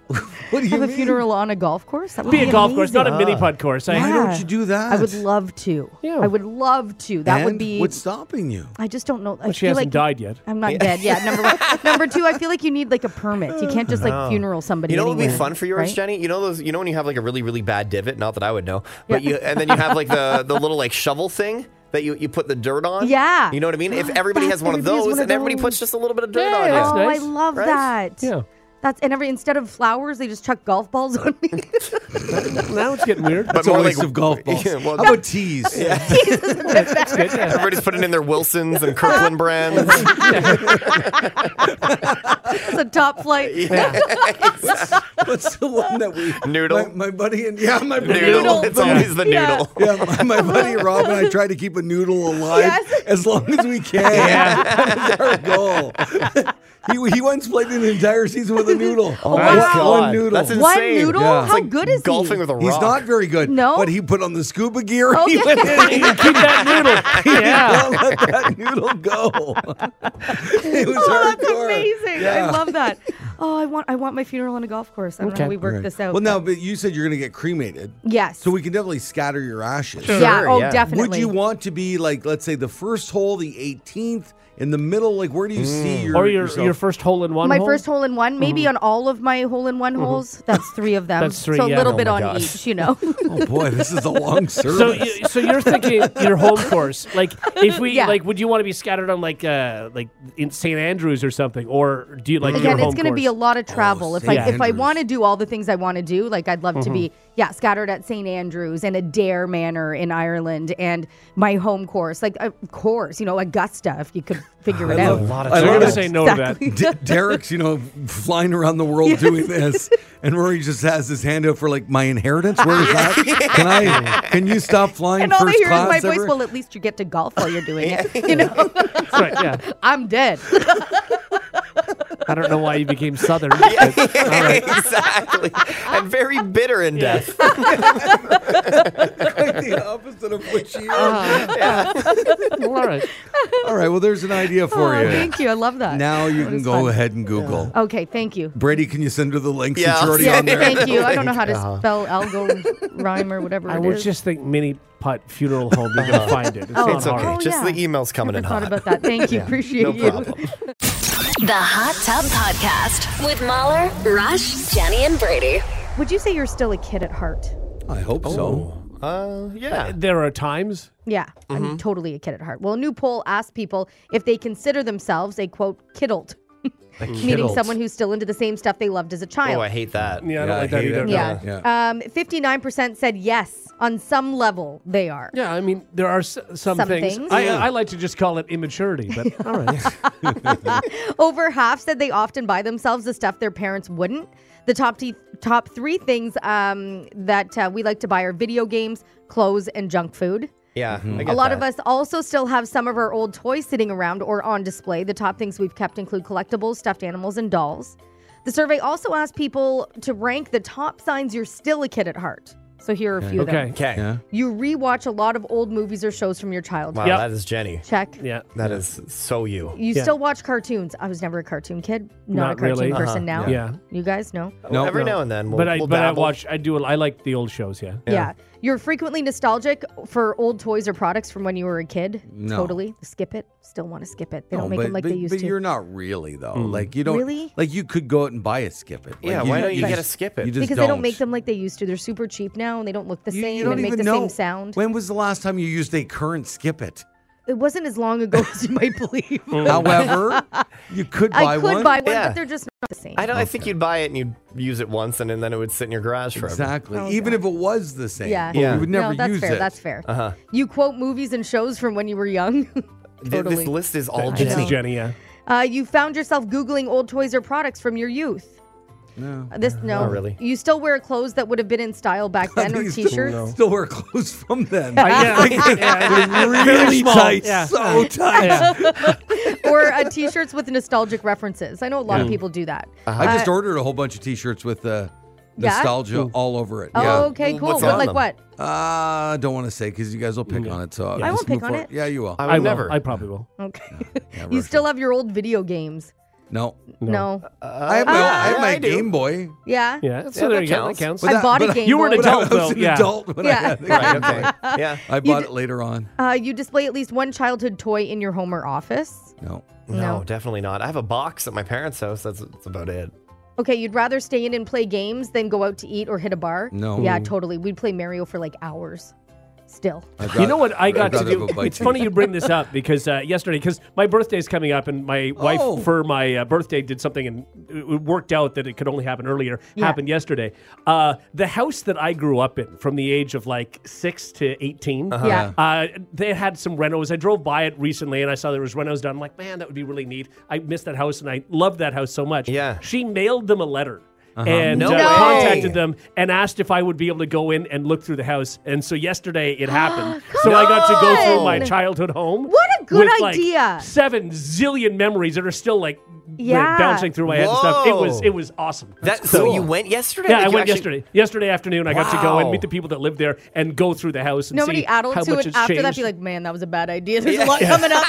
Speaker 2: What do you
Speaker 4: *laughs* Have a
Speaker 2: mean?
Speaker 4: funeral on a golf course. That would
Speaker 3: be
Speaker 4: be,
Speaker 3: a golf course, not a
Speaker 4: Oh, amazing.
Speaker 3: mini putt course. I,
Speaker 2: Why
Speaker 4: Yeah.
Speaker 2: don't you do that?
Speaker 4: I would love to.
Speaker 3: Yeah.
Speaker 4: I would love to. That would
Speaker 2: And
Speaker 4: be.
Speaker 2: What's stopping you?
Speaker 4: I just don't know. I
Speaker 3: She
Speaker 4: feel
Speaker 3: hasn't
Speaker 4: like
Speaker 3: died yet.
Speaker 4: I'm not dead yet. Number one. Number two, I feel like you need like a permit. You can't just like funeral somebody.
Speaker 5: You know what would be
Speaker 4: anywhere,
Speaker 5: fun for yours,
Speaker 4: right?
Speaker 5: Jenny? You know those. You know when you have like a really really bad divot. Not that I would know, but you and then you have
Speaker 4: *laughs*
Speaker 5: like the the little like shovel thing that you you put the dirt on.
Speaker 4: Yeah.
Speaker 5: You know what I
Speaker 4: *gasps*
Speaker 5: mean? If everybody
Speaker 4: That's-
Speaker 5: has one of
Speaker 4: everybody has
Speaker 5: those,
Speaker 4: one of
Speaker 5: and everybody
Speaker 4: those.
Speaker 5: puts just a little bit of dirt
Speaker 3: Yeah,
Speaker 5: on
Speaker 3: that's
Speaker 5: it.
Speaker 4: Oh,
Speaker 3: nice.
Speaker 4: I love
Speaker 5: Right?
Speaker 4: that.
Speaker 3: Yeah.
Speaker 4: That's and every instead of flowers, they just chuck golf balls *laughs* on me.
Speaker 3: now it's
Speaker 4: *laughs*
Speaker 3: getting weird.
Speaker 5: But
Speaker 2: It's a
Speaker 5: more
Speaker 2: waste
Speaker 5: like
Speaker 2: of golf balls.
Speaker 5: *laughs* Yeah, well-
Speaker 2: How about tees?
Speaker 3: It's good. yeah.
Speaker 5: Everybody's putting in their Wilsons and
Speaker 4: *laughs*
Speaker 5: Kirkland brands.
Speaker 4: It's a top flight.
Speaker 2: *laughs* What's the one that we
Speaker 5: Noodle.
Speaker 2: My, my buddy and yeah, my buddy.
Speaker 5: noodle. It's always the
Speaker 4: Yeah.
Speaker 5: noodle.
Speaker 2: *laughs* Yeah, my, my buddy Rob and I try to keep a noodle alive
Speaker 4: Yes.
Speaker 2: as long as we can. *laughs* That's our goal. he, he once played an entire season with a noodle. Oh
Speaker 5: my God.
Speaker 2: One noodle.
Speaker 5: That's insane.
Speaker 4: One
Speaker 5: Insane.
Speaker 4: noodle?
Speaker 2: Yeah. It's
Speaker 4: How
Speaker 2: like
Speaker 4: good is
Speaker 5: Golfing
Speaker 4: he?
Speaker 5: with a rock.
Speaker 2: He's not very good.
Speaker 4: No?
Speaker 2: But he put on the scuba gear.
Speaker 4: Oh,
Speaker 2: he
Speaker 4: yeah.
Speaker 2: went in. He *laughs*
Speaker 3: Keep
Speaker 4: *laughs*
Speaker 3: that noodle. Yeah.
Speaker 2: don't let that noodle go. *laughs* it was
Speaker 4: Oh,
Speaker 2: hardcore.
Speaker 4: that's amazing!
Speaker 2: Yeah.
Speaker 4: I love that. Oh, I want I want my funeral on a golf course. I don't know how we work
Speaker 2: Right.
Speaker 4: this out.
Speaker 2: Well, now, but you said you're going to get cremated.
Speaker 4: yes.
Speaker 2: So we can definitely scatter your ashes.
Speaker 4: yeah.
Speaker 5: Sure,
Speaker 4: Oh,
Speaker 5: yeah. Would
Speaker 4: definitely.
Speaker 2: Would you want to be like, let's say, the first hole, the 18th, in the middle? Like, where do you see your
Speaker 3: Hmm. Or your,
Speaker 2: yourself?
Speaker 3: your first hole in one
Speaker 4: my
Speaker 3: hole?
Speaker 4: first hole in one, maybe on all of my hole in one holes. That's three of them.
Speaker 3: That's three,
Speaker 4: So a
Speaker 3: yeah.
Speaker 4: little
Speaker 3: Oh
Speaker 4: bit
Speaker 5: my
Speaker 4: on
Speaker 5: God.
Speaker 4: each, you know.
Speaker 2: oh boy, this
Speaker 3: *laughs*
Speaker 2: is a long
Speaker 3: So,
Speaker 2: service.
Speaker 3: you, so you're thinking
Speaker 4: *laughs*
Speaker 3: your home course, like if we
Speaker 4: Yeah.
Speaker 3: like, would you want to be scattered on like uh like in St. Andrews or something, or do you like
Speaker 4: Again,
Speaker 3: your
Speaker 4: it's going to be a lot of travel. if
Speaker 2: St.
Speaker 4: I if I
Speaker 2: Oh, Andrews.
Speaker 4: want to do all the things I want to do, like I'd love to be yeah scattered at St Andrews and Adair Manor in Ireland and my home course, like of course you know Augusta if
Speaker 2: *sighs*
Speaker 4: you could figure it out.
Speaker 5: lot of
Speaker 2: I
Speaker 3: I'm
Speaker 2: love
Speaker 3: going to
Speaker 2: it.
Speaker 3: say no to
Speaker 4: Exactly. *laughs*
Speaker 2: D- Derek's, you know, flying around the
Speaker 3: *laughs*
Speaker 2: world doing this, and Rory just has his hand out for like my inheritance. Where is
Speaker 3: *laughs*
Speaker 2: that? Can I? Can you stop flying
Speaker 4: And all
Speaker 2: first
Speaker 4: they hear is
Speaker 2: class?
Speaker 4: my voice.
Speaker 2: ever? *laughs*
Speaker 4: Well, at least you get to golf while you're doing it. *laughs* You know,
Speaker 3: that. That's right, yeah.
Speaker 4: I'm
Speaker 2: *laughs*
Speaker 4: dead.
Speaker 3: I don't know why you became
Speaker 4: *laughs*
Speaker 3: Southern. but-
Speaker 5: *laughs* exactly. And very bitter in death.
Speaker 2: Like the opposite of what you.
Speaker 4: Uh-huh.
Speaker 3: well, all right.
Speaker 2: All right. Well, there's an idea for
Speaker 4: Oh,
Speaker 2: you.
Speaker 4: Thank you. I love that.
Speaker 2: Now you can
Speaker 4: is
Speaker 2: go
Speaker 4: fun.
Speaker 2: ahead and Google.
Speaker 4: Okay. Thank you.
Speaker 2: Brady, can you send her the link since
Speaker 5: Yeah,
Speaker 2: you're already
Speaker 5: I'll
Speaker 4: Yeah,
Speaker 2: on there?
Speaker 4: thank you. I don't know how to spell algo rhyme or whatever
Speaker 3: I
Speaker 4: it
Speaker 3: would
Speaker 4: is.
Speaker 3: just think mini Putt Funeral Home, you're
Speaker 4: *laughs*
Speaker 3: going to find it. It's,
Speaker 4: Oh.
Speaker 3: not
Speaker 5: It's okay.
Speaker 3: hard.
Speaker 4: Oh,
Speaker 5: Just the
Speaker 4: yeah.
Speaker 5: emails coming
Speaker 4: Never
Speaker 5: in
Speaker 4: thought
Speaker 5: hot.
Speaker 4: about that. Thank you. Appreciate *laughs*
Speaker 5: No
Speaker 4: you.
Speaker 5: problem.
Speaker 1: The Hot Tub Podcast with Mahler, Rush, Jenny, and Brady.
Speaker 4: Would you say you're still a kid at heart?
Speaker 2: I hope
Speaker 3: Oh.
Speaker 2: so.
Speaker 5: Uh, yeah.
Speaker 3: There are times.
Speaker 4: Yeah, I'm totally a kid at heart. Well, a new poll asked people if they consider themselves a quote kiddled, *laughs* meaning
Speaker 2: Kiddles.
Speaker 4: someone who's still into the same stuff they loved as a
Speaker 5: Oh,
Speaker 4: child.
Speaker 5: I hate that.
Speaker 3: Yeah, I don't
Speaker 2: Yeah, I
Speaker 3: like that
Speaker 2: hate
Speaker 3: either.
Speaker 2: it.
Speaker 4: yeah.
Speaker 2: Yeah.
Speaker 4: Um, 59% said yes. On some level, they are.
Speaker 3: Yeah, I mean, there are s- some,
Speaker 4: Some
Speaker 3: things.
Speaker 4: things.
Speaker 3: I, I like to just call it immaturity,
Speaker 5: *laughs*
Speaker 3: but all right.
Speaker 4: Over half said they often buy themselves the stuff their parents wouldn't. The top t- top three things um, that uh, we like to buy are video games, clothes, and junk food.
Speaker 5: Yeah.
Speaker 2: Mm-hmm.
Speaker 5: I
Speaker 4: A
Speaker 5: get
Speaker 4: lot
Speaker 5: that.
Speaker 4: of us also still have some of our old toys sitting around or on display. The top things we've kept include collectibles, stuffed animals, and dolls. The survey also asked people to rank the top signs you're still a kid at heart. So here are a few of them.
Speaker 3: *laughs* Okay.
Speaker 5: *laughs* Okay.
Speaker 2: Yeah.
Speaker 4: You rewatch a lot of old movies or shows from your
Speaker 5: Wow,
Speaker 4: childhood.
Speaker 3: Yep.
Speaker 5: that is Jenny.
Speaker 4: Check.
Speaker 3: Yeah.
Speaker 5: That is so you.
Speaker 4: You
Speaker 3: Yeah.
Speaker 4: still watch cartoons. I was never a cartoon kid. Not, a
Speaker 3: Not
Speaker 4: cartoon
Speaker 3: really.
Speaker 4: person now.
Speaker 5: Uh-huh.
Speaker 3: Yeah.
Speaker 4: You guys know?
Speaker 2: No,
Speaker 5: Every
Speaker 2: no.
Speaker 5: now and then, we'll,
Speaker 3: But I
Speaker 5: we'll
Speaker 3: but I
Speaker 5: dabble.
Speaker 3: watch I do I like the old shows, yeah.
Speaker 4: Yeah. You're frequently nostalgic for old toys or products from when you were a kid.
Speaker 2: No.
Speaker 4: Totally. Skip it. Still want to skip it. They don't make
Speaker 2: but,
Speaker 4: them like
Speaker 2: but,
Speaker 4: they used
Speaker 2: but
Speaker 4: to.
Speaker 2: you're not really though. Like you don't
Speaker 4: Really?
Speaker 2: Like you could go out and buy a skip it. Like,
Speaker 5: Hmm. Yeah, why don't you get
Speaker 2: just-
Speaker 5: a skip it?
Speaker 2: You just
Speaker 4: because they don't make them like they used to. They're super cheap now, and they don't look the
Speaker 2: You, you
Speaker 4: same
Speaker 2: don't
Speaker 4: and make
Speaker 2: even
Speaker 4: the
Speaker 2: know.
Speaker 4: same sound.
Speaker 2: When was the last time you used a current skip
Speaker 5: *laughs*
Speaker 2: it?
Speaker 4: It wasn't as long ago *laughs* as you might believe.
Speaker 2: *laughs* However, you could buy
Speaker 4: I could
Speaker 2: one.
Speaker 4: buy one,
Speaker 5: Yeah.
Speaker 4: but they're just not the same.
Speaker 5: I don't. I think you'd buy it and you'd use it once, and then it would sit in your garage forever.
Speaker 2: Exactly. Even if it was the same,
Speaker 4: Oh, yeah,
Speaker 5: Yeah.
Speaker 2: you would never
Speaker 4: no, that's
Speaker 2: use
Speaker 4: fair.
Speaker 2: it.
Speaker 4: That's fair. Uh-huh. You quote movies and shows from when you were young. *laughs*
Speaker 5: Th-
Speaker 4: totally.
Speaker 5: This list is all
Speaker 3: It's
Speaker 5: Jenny.
Speaker 3: Jenny, yeah.
Speaker 4: Uh, you found yourself googling old toys or products from your youth.
Speaker 2: No. Uh-huh.
Speaker 4: Uh, This no,
Speaker 5: Not really.
Speaker 4: You still wear clothes that would have been in
Speaker 2: *laughs*
Speaker 4: style back then, or
Speaker 2: These
Speaker 4: t-shirts.
Speaker 2: Still,
Speaker 4: *laughs*
Speaker 2: still wear clothes from then. *laughs*
Speaker 5: *laughs*
Speaker 3: I- yeah, *laughs* yeah,
Speaker 2: really
Speaker 3: small.
Speaker 2: tight,
Speaker 3: Yeah.
Speaker 2: so tight.
Speaker 3: yeah.
Speaker 2: *laughs*
Speaker 4: or uh, t-shirts with nostalgic references. I know a lot
Speaker 5: Mm.
Speaker 4: of people do that.
Speaker 2: I just ordered a whole bunch of T-shirts with uh,
Speaker 4: Yeah?
Speaker 2: nostalgia all over it.
Speaker 4: Oh,
Speaker 2: yeah.
Speaker 4: okay,
Speaker 5: Well,
Speaker 4: cool.
Speaker 5: what's
Speaker 4: What,
Speaker 5: on
Speaker 4: like
Speaker 5: them?
Speaker 4: what?
Speaker 2: Uh, don't want to say because you guys will pick on it. So
Speaker 4: I
Speaker 2: just
Speaker 4: won't pick
Speaker 2: move
Speaker 4: on
Speaker 2: forward.
Speaker 4: it.
Speaker 2: Yeah, you will.
Speaker 5: I would
Speaker 3: I will.
Speaker 5: never.
Speaker 3: I probably will.
Speaker 4: Okay.
Speaker 2: Yeah,
Speaker 4: you
Speaker 2: Roshan.
Speaker 4: still have your old video games.
Speaker 2: no.
Speaker 3: Oh,
Speaker 4: No.
Speaker 5: Uh,
Speaker 2: I have my, I have
Speaker 5: Ah. yeah,
Speaker 2: my
Speaker 5: I do. *laughs*
Speaker 2: Game
Speaker 3: *laughs*
Speaker 2: Boy.
Speaker 4: Yeah.
Speaker 3: Yeah. So there
Speaker 5: Yeah,
Speaker 3: you go.
Speaker 5: that
Speaker 3: That
Speaker 5: counts.
Speaker 3: counts.
Speaker 2: But
Speaker 4: I
Speaker 2: that-
Speaker 4: bought a
Speaker 2: but
Speaker 4: game.
Speaker 3: You were an
Speaker 4: boy.
Speaker 2: But I
Speaker 3: adult,
Speaker 2: was
Speaker 3: though.
Speaker 2: an
Speaker 3: Yeah.
Speaker 2: adult when I
Speaker 4: Yeah.
Speaker 2: had it.
Speaker 5: Right. Okay.
Speaker 3: *laughs*
Speaker 5: yeah.
Speaker 2: I bought
Speaker 4: d-
Speaker 2: it later on.
Speaker 4: Uh, you display at least one childhood toy in your home or office.
Speaker 2: No.
Speaker 5: No, definitely not. I have a box at my parents' house. That's, that's about it.
Speaker 4: Okay, you'd rather stay in and play games than go out to eat or hit a bar?
Speaker 2: No.
Speaker 4: Yeah, totally. We'd play Mario for like hours. Still.
Speaker 2: I'd
Speaker 3: You
Speaker 2: rather-
Speaker 3: know what I
Speaker 2: I'd
Speaker 3: got to
Speaker 2: rather
Speaker 3: do?
Speaker 2: have a bite
Speaker 3: It's
Speaker 2: to
Speaker 3: funny
Speaker 2: eat.
Speaker 3: you bring this up because uh, yesterday, because my birthday's coming up, and my
Speaker 2: Oh.
Speaker 3: wife for my uh, birthday did something, and it it worked out that it could only happen earlier.
Speaker 4: Yeah.
Speaker 3: Happened yesterday. Uh, the house that I grew up in, from the age of like six to 18
Speaker 4: Yeah.
Speaker 3: uh, they had some renos. I drove by it recently, and I saw there was renos done. I'm like, man, that would be really neat. I missed that house, and I loved that house so much.
Speaker 5: Yeah.
Speaker 3: she mailed them a letter. And
Speaker 5: No
Speaker 3: uh,
Speaker 5: way.
Speaker 3: contacted them and asked if I would be able to go in and look through the house. And so yesterday
Speaker 4: *gasps*
Speaker 3: it happened. so I got to go
Speaker 4: on!
Speaker 3: through my childhood home.
Speaker 4: What a good
Speaker 3: with, like,
Speaker 4: idea.
Speaker 3: seven zillion memories that are still like
Speaker 4: Yeah.
Speaker 3: bouncing through my head and stuff. It was
Speaker 5: Whoa.
Speaker 3: it was awesome.
Speaker 5: That, So you went yesterday?
Speaker 3: yeah,
Speaker 5: Like,
Speaker 3: I
Speaker 5: you
Speaker 3: went
Speaker 5: actually-
Speaker 3: yesterday. Yesterday afternoon, I got to go
Speaker 5: Wow.
Speaker 3: and meet the people that live there and go through the house and
Speaker 4: Nobody
Speaker 3: see how
Speaker 4: adults
Speaker 3: much
Speaker 4: who would
Speaker 3: it's
Speaker 4: after
Speaker 3: changed.
Speaker 4: that be like, man, that was a bad idea. There's a lot coming up.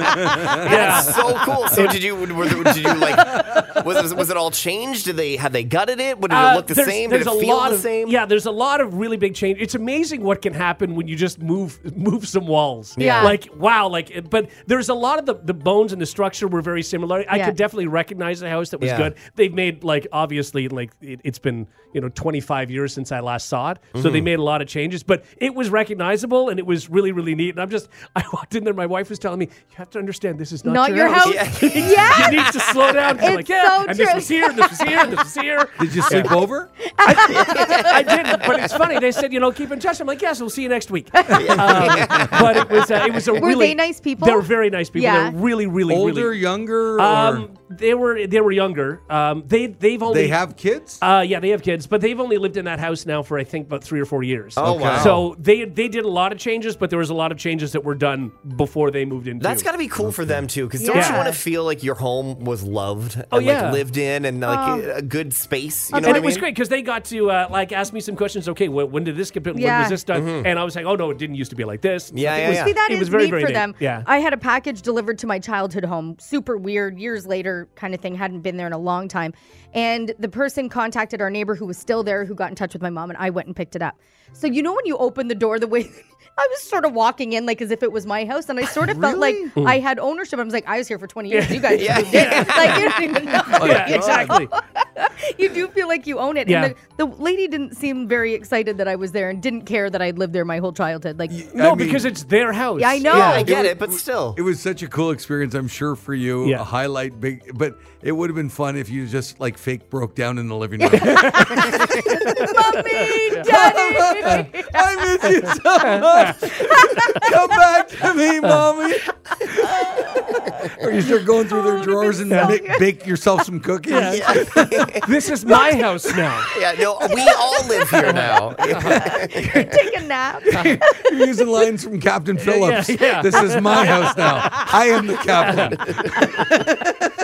Speaker 3: yeah.
Speaker 5: That's so cool. So did you? Were there, did you like? Was it, was it all changed? Did they? Had they gutted it? Would it
Speaker 3: Uh,
Speaker 5: look the same? Did it feel
Speaker 3: lot
Speaker 5: the
Speaker 3: of,
Speaker 5: same?
Speaker 3: Yeah, there's a lot of really big change. It's amazing what can happen when you just move move some walls.
Speaker 4: Yeah.
Speaker 3: Like wow, like it- but there's a lot of the, the bones and the structure were very similar. I
Speaker 4: Yeah.
Speaker 3: could definitely recognize the house that was
Speaker 5: Yeah.
Speaker 3: good. They've made like obviously like it, it's been, you know, 25 years since I last saw it. So
Speaker 5: Mm-hmm.
Speaker 3: they made a lot of changes, but it was recognizable and it was really really neat. And I'm just *laughs* I walked in there my wife was telling me, "You have to understand this is not,
Speaker 4: Not your house.
Speaker 5: Yeah.
Speaker 4: Yes.
Speaker 3: You need to slow
Speaker 4: *laughs*
Speaker 3: down. She's
Speaker 4: It's
Speaker 3: like, yeah.
Speaker 4: so
Speaker 3: and this
Speaker 4: true.
Speaker 3: was here, and this was here, and this was
Speaker 5: *laughs*
Speaker 3: here.
Speaker 2: Did you
Speaker 3: *laughs*
Speaker 2: sleep over?
Speaker 3: I didn't, but it's funny. They said, you know, keep in touch. I'm like, yes, we'll see you next
Speaker 5: *laughs*
Speaker 3: week. Um, but it was uh, it was a
Speaker 4: Were
Speaker 3: really
Speaker 4: they nice people?
Speaker 3: They were very nice people.
Speaker 4: Yeah.
Speaker 3: They were really really
Speaker 2: Older,
Speaker 3: really.
Speaker 2: younger, or
Speaker 3: Um, they were they were younger. Um, they they've only
Speaker 2: they have kids?
Speaker 3: Uh, yeah, they have kids, but they've only lived in that house now for I think about three or four years.
Speaker 5: Oh, Okay. wow.
Speaker 3: So they they did a lot of changes, but there was a lot of changes that were done before they moved in.
Speaker 5: That's
Speaker 3: too.
Speaker 5: got to be cool for them too, because don't
Speaker 3: Yeah. Oh,
Speaker 5: you want to feel like your home was loved and
Speaker 3: yeah. Um,
Speaker 5: like lived in and like a good space? You know
Speaker 3: and
Speaker 5: what I
Speaker 3: it was
Speaker 5: mean?
Speaker 3: great because they got to uh, like ask me some questions. Okay, wh- when did this get built? When
Speaker 4: Yeah.
Speaker 3: was this done?
Speaker 2: Mm-hmm.
Speaker 3: And I was like, oh no, it didn't used to be like this.
Speaker 5: Yeah,
Speaker 3: It
Speaker 5: yeah,
Speaker 3: was-
Speaker 5: yeah.
Speaker 4: See, that
Speaker 3: it
Speaker 4: is
Speaker 3: was very,
Speaker 4: neat
Speaker 3: very
Speaker 4: for
Speaker 3: neat.
Speaker 4: them.
Speaker 3: Yeah.
Speaker 4: I had a package delivered to my childhood home. Super weird. Years later, fire kind of thing hadn't been there in a long time. And the person contacted our neighbor who was still there, who got in touch with my mom, and I went and picked it up. So, you know, when you open the door, the way *laughs* I was sort of walking in, like as if it was my house, and I sort of felt like
Speaker 3: Hmm.
Speaker 4: I had ownership. I was like, I was here for 20 years. You guys just moved in. *laughs* Like, you don't even
Speaker 3: *laughs*
Speaker 4: know.
Speaker 3: Oh, yeah, exactly.
Speaker 4: *laughs* you do feel like you own it.
Speaker 3: Yeah.
Speaker 4: And the, the lady didn't seem very excited that I was there and didn't care that I'd lived there my whole childhood. Like,
Speaker 3: No,
Speaker 2: I mean-
Speaker 3: because it's their house.
Speaker 4: I know.
Speaker 5: I get it, but still.
Speaker 2: It was such a cool experience, I'm sure for you.
Speaker 3: Yeah.
Speaker 2: A highlight, big, but it would have been fun if you just like fake broke down in the living
Speaker 3: *laughs*
Speaker 2: room.
Speaker 4: *laughs* Mommy, daddy.
Speaker 2: *laughs* I miss you so much. Come back to me, mommy. Oh, or you start going through their drawers and make, bake yourself some cookies.
Speaker 3: This is
Speaker 4: *laughs*
Speaker 3: my house now.
Speaker 5: Yeah, no, we all live here
Speaker 3: *laughs*
Speaker 5: now.
Speaker 4: Take a nap.
Speaker 2: *laughs* You're using lines from Captain Phillips.
Speaker 3: yeah.
Speaker 2: This is my house now. I am the *laughs* captain.